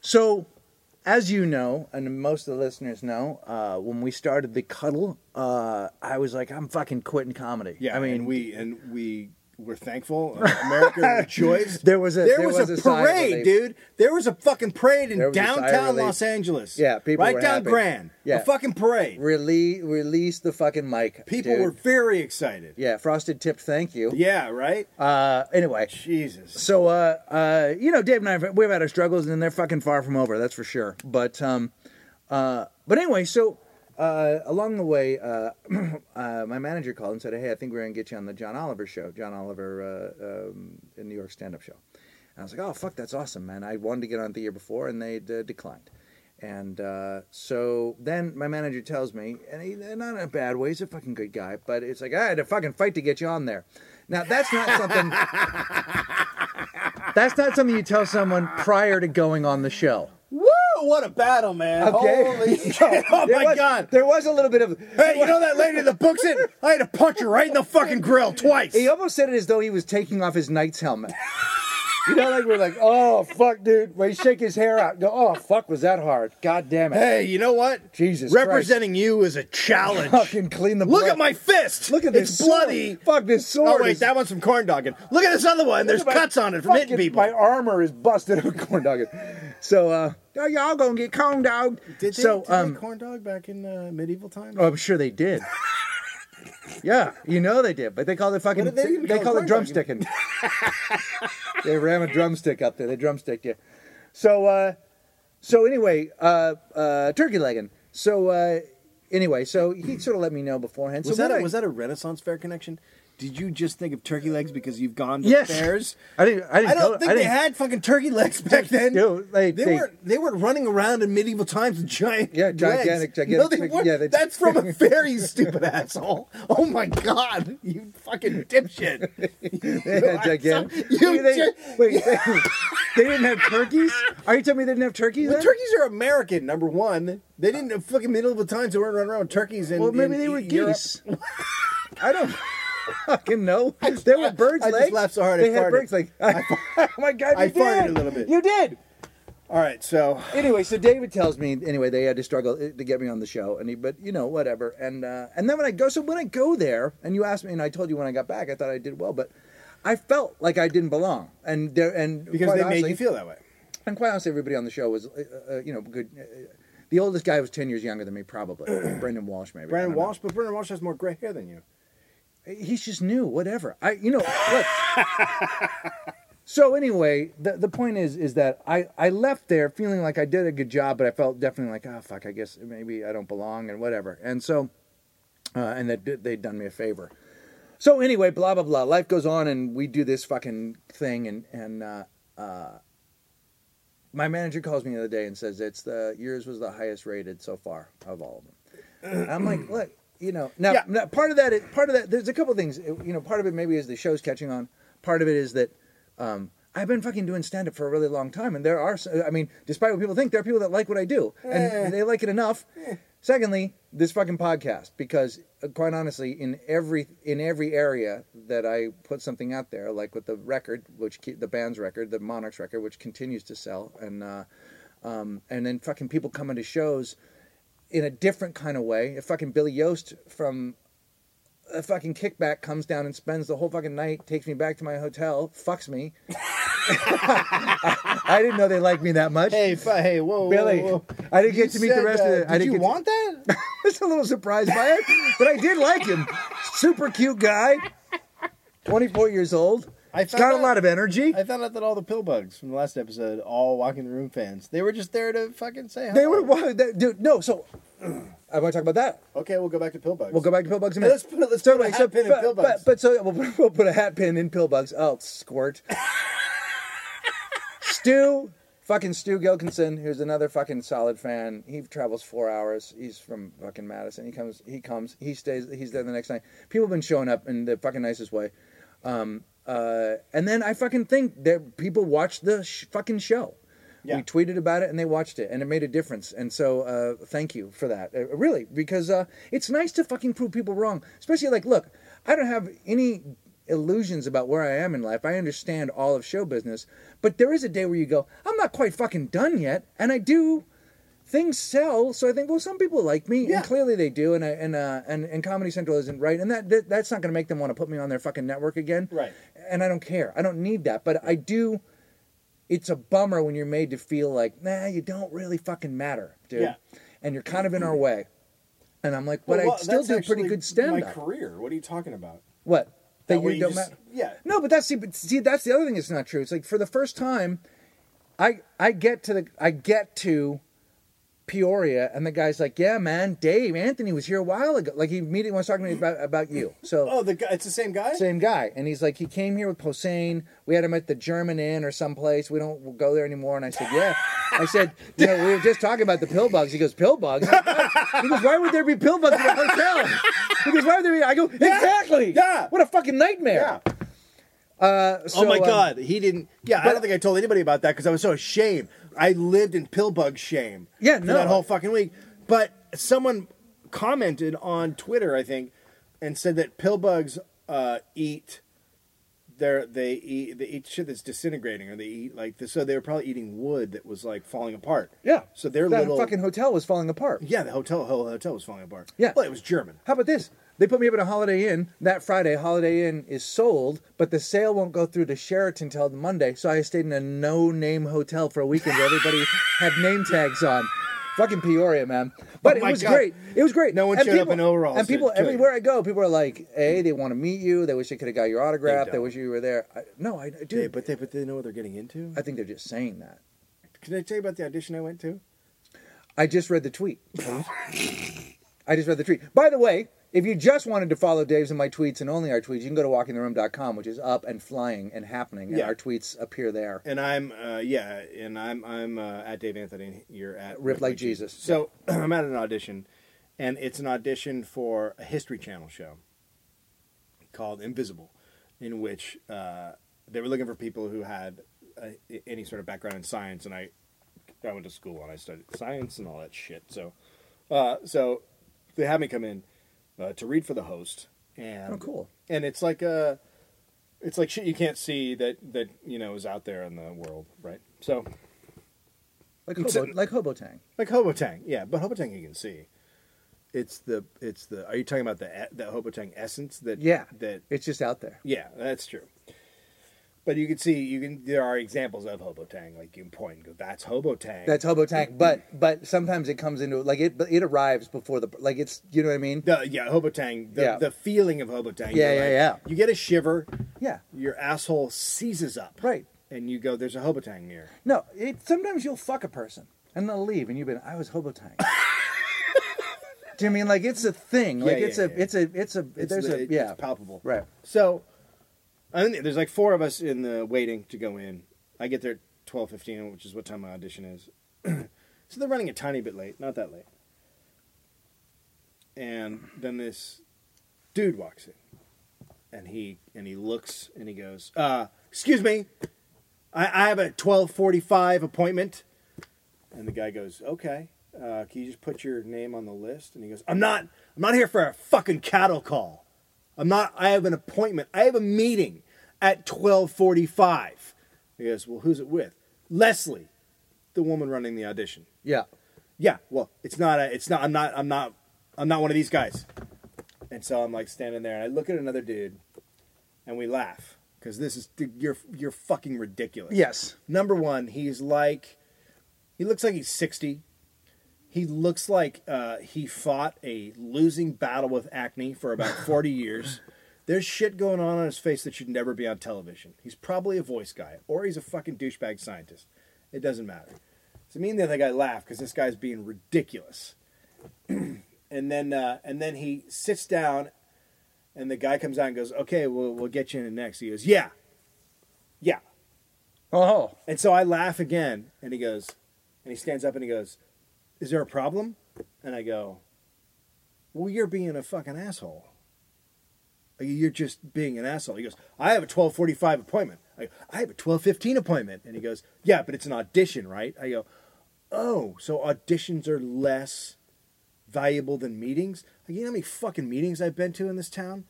[SPEAKER 1] So, as you know, and most of the listeners know, uh, when we started the cuddle, uh, I was like, I'm fucking quitting comedy.
[SPEAKER 2] yeah,
[SPEAKER 1] I mean,
[SPEAKER 2] and we and we were thankful. Uh, America rejoiced.
[SPEAKER 1] There was a-
[SPEAKER 2] there,
[SPEAKER 1] there
[SPEAKER 2] was,
[SPEAKER 1] was a
[SPEAKER 2] a
[SPEAKER 1] sigh of
[SPEAKER 2] parade,
[SPEAKER 1] relief.
[SPEAKER 2] dude. There was a fucking parade
[SPEAKER 1] There
[SPEAKER 2] in
[SPEAKER 1] was a sigh of
[SPEAKER 2] downtown
[SPEAKER 1] relief.
[SPEAKER 2] Los Angeles.
[SPEAKER 1] Yeah, people
[SPEAKER 2] right
[SPEAKER 1] were
[SPEAKER 2] down
[SPEAKER 1] happy.
[SPEAKER 2] Grand.
[SPEAKER 1] Yeah.
[SPEAKER 2] a fucking parade.
[SPEAKER 1] release release the fucking mic.
[SPEAKER 2] People
[SPEAKER 1] dude.
[SPEAKER 2] were very excited.
[SPEAKER 1] yeah, frosted tip. Thank you.
[SPEAKER 2] Yeah, right.
[SPEAKER 1] Uh, anyway,
[SPEAKER 2] Jesus.
[SPEAKER 1] So, uh, uh, you know, Dave and I, have- we've had our struggles, and they're fucking far from over. That's for sure. But, um, uh, but anyway, so uh, along the way, uh, uh, my manager called and said, "Hey, I think we're gonna get you on the John Oliver show, John Oliver uh, um, in New York stand-up show." And I was like, "Oh, fuck, that's awesome, man! I wanted to get on it the year before, and they uh, declined." And uh, so then my manager tells me, and he, not in a bad way, he's a fucking good guy, but it's like I had to fucking fight to get you on there. Now that's not something. That's not something you tell someone prior to going on the show.
[SPEAKER 2] Woo! What a battle, man. Holy shit. Oh
[SPEAKER 1] There
[SPEAKER 2] my
[SPEAKER 1] was-
[SPEAKER 2] god.
[SPEAKER 1] There was a little bit of.
[SPEAKER 2] Hey, you know that lady that books it? I had to punch her right in the fucking grill twice.
[SPEAKER 1] He almost said it as though he was taking off his knight's helmet. You know, like we're like, oh fuck, dude. When he shake his hair out, go, oh fuck, was that hard? God damn it!
[SPEAKER 2] Hey, you know what?
[SPEAKER 1] Jesus
[SPEAKER 2] Representing you is a challenge.
[SPEAKER 1] Fucking clean the.
[SPEAKER 2] Look
[SPEAKER 1] blood.
[SPEAKER 2] at my fist.
[SPEAKER 1] Look at this.
[SPEAKER 2] It's
[SPEAKER 1] sword.
[SPEAKER 2] bloody.
[SPEAKER 1] Fuck this sword.
[SPEAKER 2] Oh wait,
[SPEAKER 1] is-
[SPEAKER 2] that one's from corn dogging. Look at this other one. There's
[SPEAKER 1] Look at my-
[SPEAKER 2] cuts on it from hitting
[SPEAKER 1] fucking-
[SPEAKER 2] people.
[SPEAKER 1] My armor is busted up, corn dogged. So, uh, oh, y'all gonna get corn dogged? so, um,
[SPEAKER 2] corn dog back in uh, medieval times?
[SPEAKER 1] Oh, I'm sure they did. yeah, you know they did, but they called it fucking.
[SPEAKER 2] What did
[SPEAKER 1] they
[SPEAKER 2] they even
[SPEAKER 1] call
[SPEAKER 2] call
[SPEAKER 1] it
[SPEAKER 2] it corn
[SPEAKER 1] drumsticking. they ram a drumstick up there. They drumsticked you. So, uh, so anyway, uh, uh, turkey legging. So uh, anyway, so he sort of let me know beforehand. So
[SPEAKER 2] was that
[SPEAKER 1] when
[SPEAKER 2] a,
[SPEAKER 1] I-
[SPEAKER 2] was that a Renaissance fair connection? Did you just think of turkey legs because you've gone to
[SPEAKER 1] Yes.
[SPEAKER 2] fairs?
[SPEAKER 1] I didn't. I didn't.
[SPEAKER 2] I don't
[SPEAKER 1] go-
[SPEAKER 2] think
[SPEAKER 1] I
[SPEAKER 2] they
[SPEAKER 1] didn't-
[SPEAKER 2] had fucking turkey legs back then.
[SPEAKER 1] Dude, they-
[SPEAKER 2] they,
[SPEAKER 1] they-
[SPEAKER 2] weren't they weren't running around in medieval times with giant
[SPEAKER 1] Yeah, gigantic-
[SPEAKER 2] legs.
[SPEAKER 1] gigantic
[SPEAKER 2] No, they
[SPEAKER 1] turkey-
[SPEAKER 2] weren't.
[SPEAKER 1] yeah, they-
[SPEAKER 2] That's from a fairy, you stupid asshole. Oh my god, you fucking dipshit.
[SPEAKER 1] They had gigantic.
[SPEAKER 2] You
[SPEAKER 1] they,
[SPEAKER 2] ju-
[SPEAKER 1] wait, they, they didn't have turkeys. Are you telling me they didn't have turkeys?
[SPEAKER 2] The
[SPEAKER 1] then?
[SPEAKER 2] turkeys are American. Number one, they didn't fucking medieval times. They weren't running around with turkeys. In,
[SPEAKER 1] Well, maybe
[SPEAKER 2] in
[SPEAKER 1] they were
[SPEAKER 2] E- Europe.
[SPEAKER 1] geese. I don't fucking know. There were birds'
[SPEAKER 2] I just
[SPEAKER 1] legs.
[SPEAKER 2] laughed so hard I
[SPEAKER 1] they had
[SPEAKER 2] farted.
[SPEAKER 1] birds' legs. oh my god!
[SPEAKER 2] I
[SPEAKER 1] you
[SPEAKER 2] farted
[SPEAKER 1] did.
[SPEAKER 2] a little bit.
[SPEAKER 1] You did.
[SPEAKER 2] All right, so
[SPEAKER 1] anyway, so David tells me anyway they had to struggle uh, to get me on the show, and he but you know whatever, and uh, and then when I go so when I go there, and you asked me, and I told you when I got back, I thought I did well, but I felt like I didn't belong, and there and
[SPEAKER 2] because
[SPEAKER 1] quite
[SPEAKER 2] they
[SPEAKER 1] honestly,
[SPEAKER 2] made you feel that way.
[SPEAKER 1] and quite honestly, everybody on the show was uh, uh, you know good. Uh, the oldest guy was ten years younger than me, probably Brendan Walsh, maybe I
[SPEAKER 2] Brandon
[SPEAKER 1] don't know.
[SPEAKER 2] Walsh, but Brandon Walsh has more gray hair than you.
[SPEAKER 1] he's just new whatever i you know look so anyway the, the point is is that i i left there feeling like i did a good job but i felt definitely like oh fuck i guess maybe i don't belong and whatever and so uh, and that they'd done me a favor so anyway blah blah blah life goes on and we do this fucking thing and and uh uh my manager calls me the other day and says it's the yours was the highest rated so far of all of them I'm like, look, you know, now,
[SPEAKER 2] Yeah.
[SPEAKER 1] now part of that is part of that. There's a couple things, you know, part of it maybe is the show's catching on. Part of it is that um, I've been fucking doing stand up for a really long time, and there are, s- I mean, despite what people think, there are people that like what I do, and they like it enough. Secondly, this fucking podcast, because uh, quite honestly, in every in every area that I put something out there, like with the record, which ke- the band's record, the Monarchs record, which continues to sell, and uh, um, and then fucking people coming to shows in a different kind of way. If fucking Billy Yost from a fucking kickback comes down and spends the whole fucking night, takes me back to my hotel, fucks me. I didn't know they liked me that much.
[SPEAKER 2] Hey, fu- hey, whoa,
[SPEAKER 1] Billy,
[SPEAKER 2] whoa, whoa.
[SPEAKER 1] I didn't
[SPEAKER 2] You
[SPEAKER 1] get to meet
[SPEAKER 2] said,
[SPEAKER 1] the rest of
[SPEAKER 2] uh,
[SPEAKER 1] it. I didn't
[SPEAKER 2] did you
[SPEAKER 1] get to-
[SPEAKER 2] want that?
[SPEAKER 1] I was a little surprised by it, but I did like him. Super cute guy, 24 years old.
[SPEAKER 2] I
[SPEAKER 1] He's got
[SPEAKER 2] found
[SPEAKER 1] a lot
[SPEAKER 2] out-
[SPEAKER 1] of energy.
[SPEAKER 2] I found out that all the pill bugs from the last episode, all walking the room fans, they were just there to fucking say.
[SPEAKER 1] They
[SPEAKER 2] hello.
[SPEAKER 1] were, whoa, that- dude, no, so I want to talk about that.
[SPEAKER 2] Okay, we'll go back to pill bugs.
[SPEAKER 1] We'll go back to pillbugs in a minute.
[SPEAKER 2] Hey, let's put- let's
[SPEAKER 1] So
[SPEAKER 2] put a
[SPEAKER 1] anyway,
[SPEAKER 2] hat pin in
[SPEAKER 1] but,
[SPEAKER 2] pillbugs.
[SPEAKER 1] But, but so we'll, put- we'll put a hat pin in pillbugs. Oh, squirt. Stu, fucking Stu Gilkinson, who's another fucking solid fan. He travels four hours. He's from fucking Madison. He comes. He comes. He stays. He's there the next night. People have been showing up in the fucking nicest way. Um, uh, and then I fucking think that people watch the sh- fucking show.
[SPEAKER 2] Yeah.
[SPEAKER 1] We tweeted about it and they watched it and it made a difference. And so uh, thank you for that. Uh, really, because uh, it's nice to fucking prove people wrong. Especially like, look, I don't have any illusions about where I am in life. I understand all of show business. But there is a day where you go, I'm not quite fucking done yet. And I do. Things sell, so I think well, some people like me,
[SPEAKER 2] Yeah.
[SPEAKER 1] and clearly they do, and I- and uh, and and Comedy Central isn't right, and that, that that's not going to make them want to put me on their fucking network again,
[SPEAKER 2] Right.
[SPEAKER 1] And I don't care, I don't need that, but I do it's a bummer when you're made to feel like, nah, you don't really fucking matter, dude.
[SPEAKER 2] Yeah.
[SPEAKER 1] And you're kind of in our way. And I'm like, but
[SPEAKER 2] Well, well,
[SPEAKER 1] I still
[SPEAKER 2] that's
[SPEAKER 1] do pretty
[SPEAKER 2] actually
[SPEAKER 1] good stand
[SPEAKER 2] My
[SPEAKER 1] up.
[SPEAKER 2] career. What are you talking about?
[SPEAKER 1] What? That,
[SPEAKER 2] That way
[SPEAKER 1] you
[SPEAKER 2] you
[SPEAKER 1] don't
[SPEAKER 2] just-
[SPEAKER 1] matter.
[SPEAKER 2] yeah.
[SPEAKER 1] No, but that's see, but see, that's the other thing that's not true. It's like for the first time, I I get to the I get to Peoria, and the guy's like, "Yeah, man, Dave Anthony was here a while ago." Like he immediately was talking to me about about you. So
[SPEAKER 2] Oh, the guy. It's the same guy.
[SPEAKER 1] same guy. And he's like, he came here with Posehn. We had him at the German Inn or someplace. We don't go there anymore. And I said, yeah. I said, you know, we were just talking about the pill bugs. He goes, pill bugs? He goes, why would there be pill bugs in a hotel? He goes, why would there be? I go, exactly.
[SPEAKER 2] Yeah.
[SPEAKER 1] What a fucking
[SPEAKER 2] Yeah.
[SPEAKER 1] nightmare. Uh, so,
[SPEAKER 2] oh my
[SPEAKER 1] um,
[SPEAKER 2] God, he didn't. Yeah, I
[SPEAKER 1] but-
[SPEAKER 2] don't think I told anybody about that because I was so ashamed. I lived in pill bug shame.
[SPEAKER 1] Yeah,
[SPEAKER 2] for
[SPEAKER 1] no.
[SPEAKER 2] that whole fucking week. But someone commented on Twitter, I think, and said that pill bugs uh, eat. They're, they eat they eat shit that's disintegrating, or they eat like this. So they were probably eating wood that was like falling apart.
[SPEAKER 1] yeah.
[SPEAKER 2] So their
[SPEAKER 1] that
[SPEAKER 2] little
[SPEAKER 1] fucking hotel was falling apart.
[SPEAKER 2] yeah, the hotel whole hotel was falling apart.
[SPEAKER 1] Yeah.
[SPEAKER 2] well, it was German.
[SPEAKER 1] How about this? They put me up at a Holiday Inn that Friday. Holiday Inn is sold, but the sale won't go through to Sheraton till the Monday. So I stayed in a no-name hotel for a weekend where everybody had name tags on. Fucking Peoria, man. But
[SPEAKER 2] Oh
[SPEAKER 1] it
[SPEAKER 2] my
[SPEAKER 1] was
[SPEAKER 2] God.
[SPEAKER 1] great. It was great.
[SPEAKER 2] No one showed up in overalls
[SPEAKER 1] And
[SPEAKER 2] to
[SPEAKER 1] people
[SPEAKER 2] do it.
[SPEAKER 1] everywhere I go, people are like, "Hey, they want to meet you. They wish they could have got your autograph. They,
[SPEAKER 2] don't.
[SPEAKER 1] wish you were there." I, no, I do.
[SPEAKER 2] They, but they but they know what they're getting into.
[SPEAKER 1] I think they're just saying that.
[SPEAKER 2] Can I tell you about the audition I went to?
[SPEAKER 1] I just read the tweet. I just read the tweet. By the way, if you just wanted to follow Dave's and my tweets and only our tweets, you can go to walkingtheroom.com, which is up and flying and happening, and
[SPEAKER 2] Yeah.
[SPEAKER 1] our tweets appear there.
[SPEAKER 2] And I'm uh, yeah, and I'm I'm uh, at Dave Anthony. and You're at
[SPEAKER 1] Rip Like Jesus.
[SPEAKER 2] So I'm at an audition, and it's an audition for a History Channel show called Invisible, in which uh, they were looking for people who had uh, any sort of background in science, and I I went to school and I studied science and all that shit. So uh, so they had me come in uh, to read for the host, and
[SPEAKER 1] Oh, cool.
[SPEAKER 2] And it's like uh, a it's like shit you can't see that that you know is out there in the world, right? So
[SPEAKER 1] like
[SPEAKER 2] It's
[SPEAKER 1] hobo,
[SPEAKER 2] a-
[SPEAKER 1] like Hobotang.
[SPEAKER 2] like Hobotang. Yeah, but Hobotang you can see. It's the it's the. Are you talking about the e- the Hobotang essence that?
[SPEAKER 1] Yeah,
[SPEAKER 2] That
[SPEAKER 1] it's just out there.
[SPEAKER 2] yeah, that's true. But you can see you can there are examples of Hobotang like you can point and go that's Hobotang.
[SPEAKER 1] That's Hobotang, but but sometimes it comes into like it but it arrives before the like it's you know what I mean?
[SPEAKER 2] the, yeah Hobotang. The,
[SPEAKER 1] Yeah.
[SPEAKER 2] the feeling of Hobotang.
[SPEAKER 1] Yeah,
[SPEAKER 2] you're
[SPEAKER 1] yeah,
[SPEAKER 2] like-
[SPEAKER 1] yeah.
[SPEAKER 2] You get a shiver.
[SPEAKER 1] Yeah.
[SPEAKER 2] Your asshole seizes up.
[SPEAKER 1] Right.
[SPEAKER 2] And you go, there's a Hobotang near.
[SPEAKER 1] No, it, sometimes you'll fuck a person and they'll leave, and you've been, I was Hobotang. Do you mean like it's a thing? Like
[SPEAKER 2] yeah,
[SPEAKER 1] it's
[SPEAKER 2] yeah,
[SPEAKER 1] a,
[SPEAKER 2] yeah.
[SPEAKER 1] it's a, it's a,
[SPEAKER 2] It's
[SPEAKER 1] there's
[SPEAKER 2] the-
[SPEAKER 1] a, yeah,
[SPEAKER 2] It's palpable.
[SPEAKER 1] right.
[SPEAKER 2] So, I think there's like four of us in the waiting to go in. I get there at twelve fifteen, which is what time my audition is. so they're running a tiny bit late, not that late. And then this dude walks in, and he and he looks and he goes, uh, "Excuse me, I, I have a twelve forty five appointment." And the guy goes, "Okay, uh, can you just put your name on the list?" And he goes, "I'm not. I'm not here for a fucking cattle call. I'm not. I have an appointment. I have a meeting at 12:45." He goes, "Well, who's it with?" Leslie, the woman running the audition.
[SPEAKER 1] Yeah.
[SPEAKER 2] Yeah. Well, it's not. A, it's not. I'm not. I'm not. I'm not one of these guys. And so I'm like standing there, and I look at another dude, and we laugh because this is dude, you're you're fucking ridiculous.
[SPEAKER 1] Yes.
[SPEAKER 2] Number one, he's like, he looks like he's 60. He looks like uh, he fought a losing battle with acne for about 40 years. There's shit going on on his face that should never be on television. He's probably a voice guy, or he's a fucking douchebag scientist. It doesn't matter. So me and the other guy laugh because this guy's being ridiculous. and then uh, and then he sits down, and the guy comes out and goes, "Okay, we'll we'll get you in next." He goes, "Yeah, yeah."
[SPEAKER 1] Oh,
[SPEAKER 2] And so I laugh again, and he goes, and he stands up and he goes, "Is there a problem?" And I go, "Well, you're being a fucking asshole. Like, You're just being an asshole." He goes, "I have a twelve forty-five appointment. I, go, I have a twelve fifteen appointment." And he goes, "Yeah, but it's an audition, right?" I go, "Oh, so auditions are less valuable than meetings? Like, you know how many fucking meetings I've been to in this town?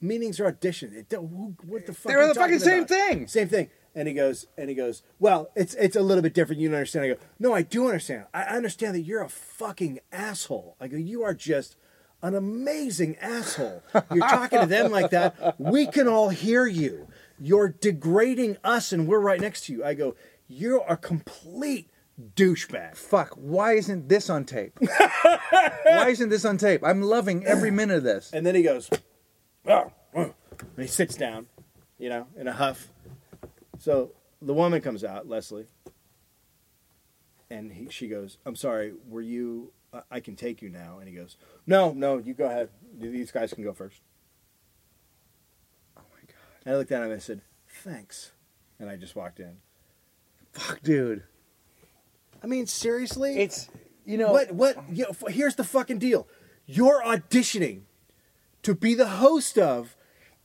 [SPEAKER 2] Meetings are auditions. It don't, who, what the fuck?
[SPEAKER 1] They're
[SPEAKER 2] are
[SPEAKER 1] the
[SPEAKER 2] you
[SPEAKER 1] fucking
[SPEAKER 2] talking
[SPEAKER 1] same
[SPEAKER 2] about?
[SPEAKER 1] thing.
[SPEAKER 2] Same thing. And he goes, and he goes, well, it's it's a little bit different. You don't understand. I go, no, I do understand. I I understand that you're a fucking asshole. I go, you are just an amazing asshole. You're talking to them like that. We can all hear you. You're degrading us, and we're right next to you. I go, you're a complete douchebag.
[SPEAKER 1] fuck. Why isn't this on tape? Why isn't this on tape? I'm loving every minute of this.
[SPEAKER 2] And then he goes, oh, oh," and he sits down, you know, in a huff. So the woman comes out, Leslie, and he, she goes, I'm sorry, were you, I- I can take you now. And he goes, No, no, you go ahead. These guys can go first. Oh my God. And I looked at him and I said, Thanks. And I just walked in.
[SPEAKER 1] Fuck, dude.
[SPEAKER 2] I mean, seriously?
[SPEAKER 1] It's, you know,
[SPEAKER 2] what what you know, f- here's the fucking deal you're auditioning to be the host of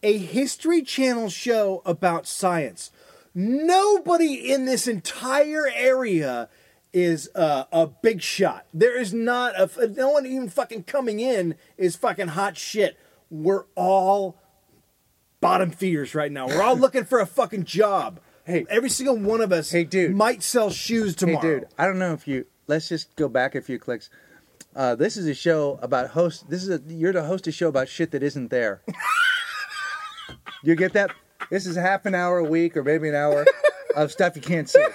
[SPEAKER 2] a history channel show about science nobody in this entire area is uh, a big shot there is not a f- no one even fucking coming in is fucking hot shit we're all bottom feeders right now we're all looking for a fucking job
[SPEAKER 1] Hey.
[SPEAKER 2] every single one of us
[SPEAKER 1] Hey, dude.
[SPEAKER 2] might sell shoes tomorrow
[SPEAKER 1] Hey, dude, I don't know if you. Let's just go back a few clicks. Uh, this is a show about host. This is a. You're to host a show about shit that isn't there. you get that? This is half an hour a week, or maybe an hour, of stuff you can't see.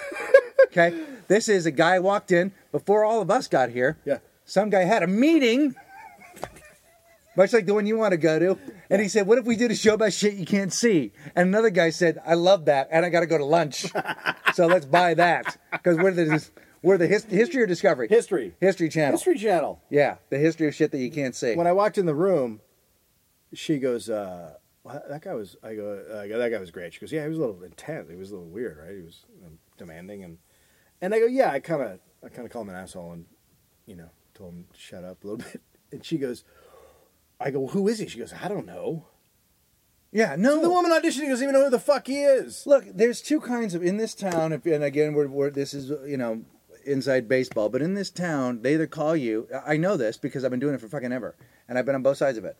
[SPEAKER 1] Okay. This is a guy walked in before all of us got here.
[SPEAKER 2] Yeah.
[SPEAKER 1] Some guy had a meeting. Much like the one you want to go to. And he said, What if we did a show about shit you can't see? And another guy said, I love that. And I got to go to lunch. so let's buy that. Because we're the, we're the his, history or discovery?
[SPEAKER 2] History.
[SPEAKER 1] History Channel.
[SPEAKER 2] history channel
[SPEAKER 1] Yeah, the history of shit that you can't see.
[SPEAKER 2] when I walked in the room, she goes, uh, "Well, that guy was." I go, I go, "That guy was great." She goes, "Yeah, he was a little intense. He was a little weird, right? He was um, demanding." And and I go, "Yeah, I kind of, I kind of call him an asshole, and you know, told him to shut up a little bit." And she goes, "I go, who is he?" She goes, "I don't know."
[SPEAKER 1] yeah, no.
[SPEAKER 2] The woman auditioning doesn't even know who the fuck he is.
[SPEAKER 1] Look, there's two kinds of in this town, if- and again, we're, we're this is you know inside baseball, but in this town, they either call you. I know this because I've been doing it for fucking ever, and I've been on both sides of it.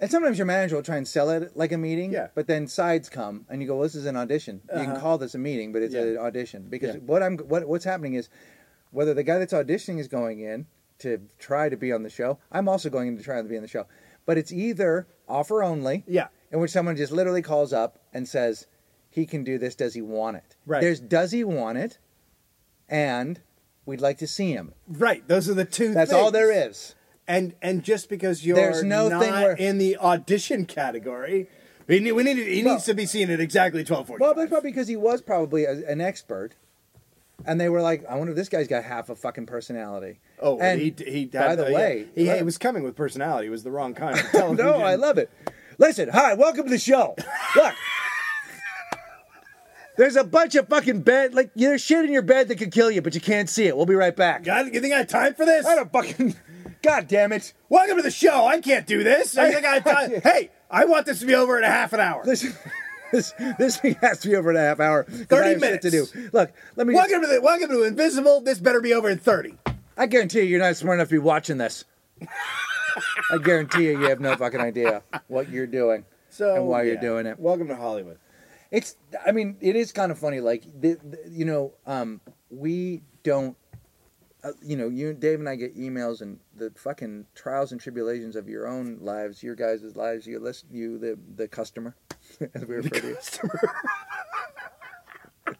[SPEAKER 1] And sometimes your manager will try and sell it like a meeting,
[SPEAKER 2] Yeah. Uh-huh.
[SPEAKER 1] but then sides come and you go, well, "This is an audition. You can call this a meeting, but it's
[SPEAKER 2] Yeah.
[SPEAKER 1] an audition." Because
[SPEAKER 2] Yeah.
[SPEAKER 1] what I'm what what's happening is, whether the guy that's auditioning is going in to try to be on the show, I'm also going in to try to be on the show. But it's either offer only,
[SPEAKER 2] Yeah.
[SPEAKER 1] in which someone just literally calls up and says, he can do this, does he want it?
[SPEAKER 2] Right.
[SPEAKER 1] There's does he want it, and we'd like to see him.
[SPEAKER 2] Right. Those are the two.
[SPEAKER 1] That's all there is.
[SPEAKER 2] And and just because you're
[SPEAKER 1] There's no
[SPEAKER 2] not
[SPEAKER 1] thing where-
[SPEAKER 2] in the audition category, we need, we need he
[SPEAKER 1] Well-
[SPEAKER 2] needs to be seen at exactly twelve forty.
[SPEAKER 1] Well, that's probably because he was probably a, an expert, and they were like, "I wonder if this guy's got half a fucking personality."
[SPEAKER 2] oh,
[SPEAKER 1] and
[SPEAKER 2] and he he. Had,
[SPEAKER 1] by the
[SPEAKER 2] uh, yeah,
[SPEAKER 1] way,
[SPEAKER 2] he,
[SPEAKER 1] look-
[SPEAKER 2] he was coming with personality. It was the wrong kind. Of
[SPEAKER 1] no,
[SPEAKER 2] television.
[SPEAKER 1] I love it. Listen, hi, welcome to the show. Look, there's a bunch of fucking bed, like there's shit in your bed that could kill you, but you can't see it. We'll be right back.
[SPEAKER 2] God, you think I have time for this?
[SPEAKER 1] I don't fucking. God damn it!
[SPEAKER 2] Welcome to the show. I can't do this. I think I have time. hey, I want this to be over in a half an hour.
[SPEAKER 1] This this this thing has to be over in a half hour. 'cause
[SPEAKER 2] 30
[SPEAKER 1] I have shit to
[SPEAKER 2] minutes.
[SPEAKER 1] do. Look, let me.
[SPEAKER 2] welcome to the welcome to Invisible. This better be over in thirty.
[SPEAKER 1] I guarantee you, you're not smart enough to be watching this. I guarantee you, you have no fucking idea what you're doing
[SPEAKER 2] So
[SPEAKER 1] and why you're
[SPEAKER 2] Oh, yeah.
[SPEAKER 1] doing it.
[SPEAKER 2] Welcome to Hollywood.
[SPEAKER 1] It's, I mean, it is kind of funny. Like, the, the, you know, um, we don't, uh, you know, you, Dave, and I get emails and the fucking trials and tribulations of your own lives, your guys' lives. You listen, you the the customer, as we refer to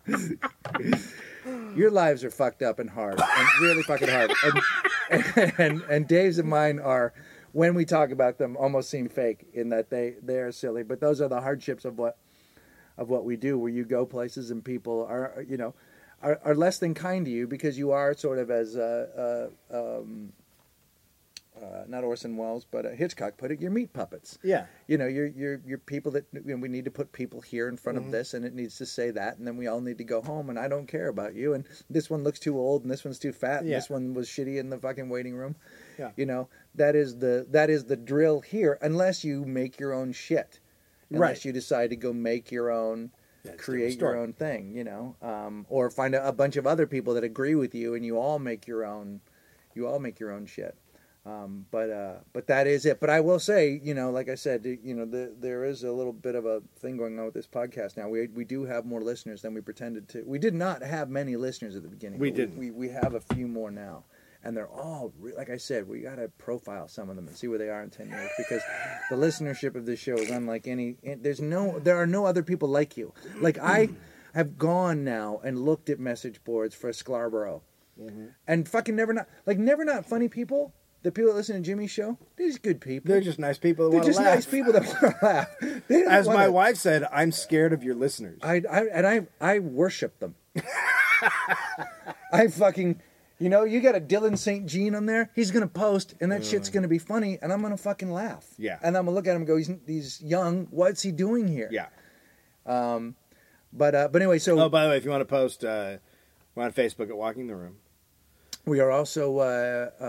[SPEAKER 1] you. Your lives are fucked up and hard, and really fucking hard. And, and and Dave's and mine are, when we talk about them, almost seem fake in that they they are silly. But those are the hardships of what of what we do, where you go places and people are, you know, are, are less than kind to you because you are sort of as uh, uh, um, uh, not Orson Welles, but uh, Hitchcock put it, you're meat puppets.
[SPEAKER 2] Yeah.
[SPEAKER 1] You know, you're you're you're people that you know, we need to put people here in front
[SPEAKER 2] Mm-hmm.
[SPEAKER 1] of this, and it needs to say that, and then we all need to go home, and I don't care about you, and this one looks too old, and this one's too fat, and
[SPEAKER 2] Yeah.
[SPEAKER 1] this one was shitty in the fucking waiting room.
[SPEAKER 2] Yeah.
[SPEAKER 1] You know that is the that is the drill here, unless you make your own shit, unless
[SPEAKER 2] Right.
[SPEAKER 1] you decide to go make your own,
[SPEAKER 2] it's a
[SPEAKER 1] create
[SPEAKER 2] different
[SPEAKER 1] your
[SPEAKER 2] story.
[SPEAKER 1] own thing, you know, um, or find a, a bunch of other people that agree with you, and you all make your own, you all make your own shit. Um, but uh, but that is it. But I will say, you know, like I said, you know, the, there is a little bit of a thing going on with this podcast now. We we do have more listeners than we pretended to. We did not have many listeners at the beginning.
[SPEAKER 2] We
[SPEAKER 1] but
[SPEAKER 2] didn't.
[SPEAKER 1] We, we have a few more now, and they're all re- like I said. We gotta profile some of them and see where they are in ten years because the listenership of this show is unlike any. and There's no there are no other people like you. Like I have gone now and looked at message boards for Scarborough
[SPEAKER 2] Mm-hmm.
[SPEAKER 1] and fucking never not like never not funny people. The people that listen to Jimmy's show, they're just good people.
[SPEAKER 2] They're just nice people. That
[SPEAKER 1] They're
[SPEAKER 2] wanna
[SPEAKER 1] just
[SPEAKER 2] laugh.
[SPEAKER 1] nice people that want to laugh. They don't
[SPEAKER 2] As my
[SPEAKER 1] wanna-
[SPEAKER 2] wife said, I'm scared of your listeners.
[SPEAKER 1] I, I and I I worship them. I fucking, you know, you got a Dylan St. Jean on there. He's gonna post, and that shit's gonna be funny, and I'm gonna fucking laugh.
[SPEAKER 2] Mm. Yeah.
[SPEAKER 1] And I'm gonna look at him and go, he's he's young. What's he doing here?
[SPEAKER 2] yeah.
[SPEAKER 1] But uh, but anyway, so
[SPEAKER 2] Oh, by the way, if you want to post, uh, we're on Facebook at Walking the Room.
[SPEAKER 1] We are also uh, uh,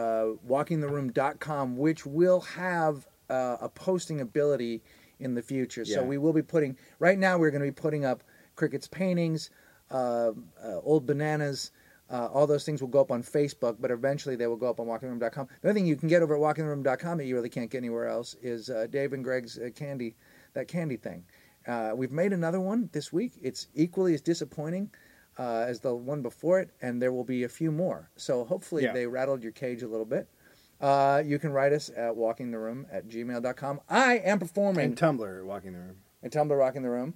[SPEAKER 1] walkingtheroom.com, which will have uh, a posting ability in the future. So
[SPEAKER 2] Yeah.
[SPEAKER 1] we will be putting, right now, we're going to be putting up Cricket's paintings, uh, uh, old bananas. Uh, all those things will go up on Facebook, but eventually they will go up on walkingtheroom.com. The only thing you can get over at walkingtheroom.com that you really can't get anywhere else is uh, Dave and Greg's uh, candy, that candy thing. Uh, we've made another one this week. It's equally as disappointing uh, as the one before it, and there will be a few more. So hopefully
[SPEAKER 2] Yeah.
[SPEAKER 1] they rattled your cage a little bit. Uh, you can write us at walkingtheroom at gmail.com. I am performing
[SPEAKER 2] And Tumblr at Walking the Room.
[SPEAKER 1] and Tumblr Rocking the Room.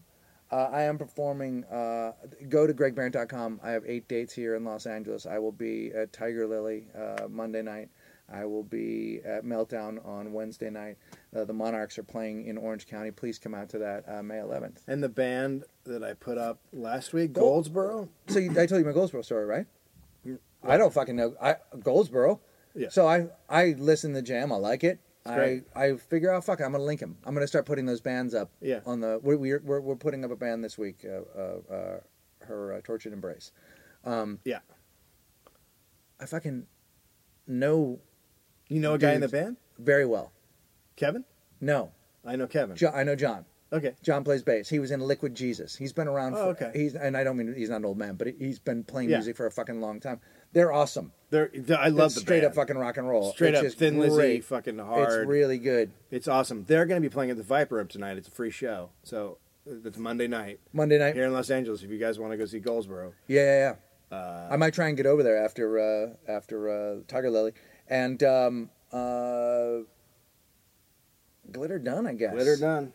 [SPEAKER 1] Uh, I am performing. Uh, go to gregbarrett.com. I have eight dates here in Los Angeles. I will be at Tiger Lily uh, Monday night. I will be at Meltdown on Wednesday night. Uh, the Monarchs are playing in Orange County. Please come out to that uh, May 11th.
[SPEAKER 2] And the band that I put up last week,
[SPEAKER 1] Gold-
[SPEAKER 2] Goldsboro.
[SPEAKER 1] So you, I told you my Goldsboro story, right? I don't fucking know I, Goldsboro.
[SPEAKER 2] Yeah.
[SPEAKER 1] So I I listen to Jam. I like it. I,
[SPEAKER 2] great.
[SPEAKER 1] I figure out fuck. it, I'm gonna link them. I'm gonna start putting those bands up.
[SPEAKER 2] Yeah.
[SPEAKER 1] On the we're we're, we're, we're putting up a band this week. Uh, uh, uh, her uh, tortured embrace.
[SPEAKER 2] Yeah.
[SPEAKER 1] I fucking know
[SPEAKER 2] You know a guy in the
[SPEAKER 1] Dude.
[SPEAKER 2] band?
[SPEAKER 1] very well.
[SPEAKER 2] Kevin?
[SPEAKER 1] No,
[SPEAKER 2] I know Kevin.
[SPEAKER 1] jo- I know John.
[SPEAKER 2] okay.
[SPEAKER 1] John plays bass. He was in Liquid Jesus. He's been around. For,
[SPEAKER 2] Oh, okay.
[SPEAKER 1] He's and I don't mean he's not an old man, but he's been playing
[SPEAKER 2] Yeah.
[SPEAKER 1] music for a fucking long time. They're awesome.
[SPEAKER 2] They're, they're- I love
[SPEAKER 1] It's
[SPEAKER 2] the
[SPEAKER 1] straight
[SPEAKER 2] band.
[SPEAKER 1] up fucking rock and roll.
[SPEAKER 2] Straight
[SPEAKER 1] It's
[SPEAKER 2] up
[SPEAKER 1] just
[SPEAKER 2] Thin Lizzy,
[SPEAKER 1] great.
[SPEAKER 2] fucking hard.
[SPEAKER 1] It's really good.
[SPEAKER 2] It's awesome. They're going to be playing at the Viper Up tonight. It's a free show. So uh, it's Monday night
[SPEAKER 1] Monday night.
[SPEAKER 2] here in Los Angeles if you guys want to go see Goldsboro.
[SPEAKER 1] Yeah, yeah, yeah.
[SPEAKER 2] Uh,
[SPEAKER 1] I might try and get over there after uh, after uh, Tiger Lily and um, uh, Glitter Done, I guess.
[SPEAKER 3] Glitter done.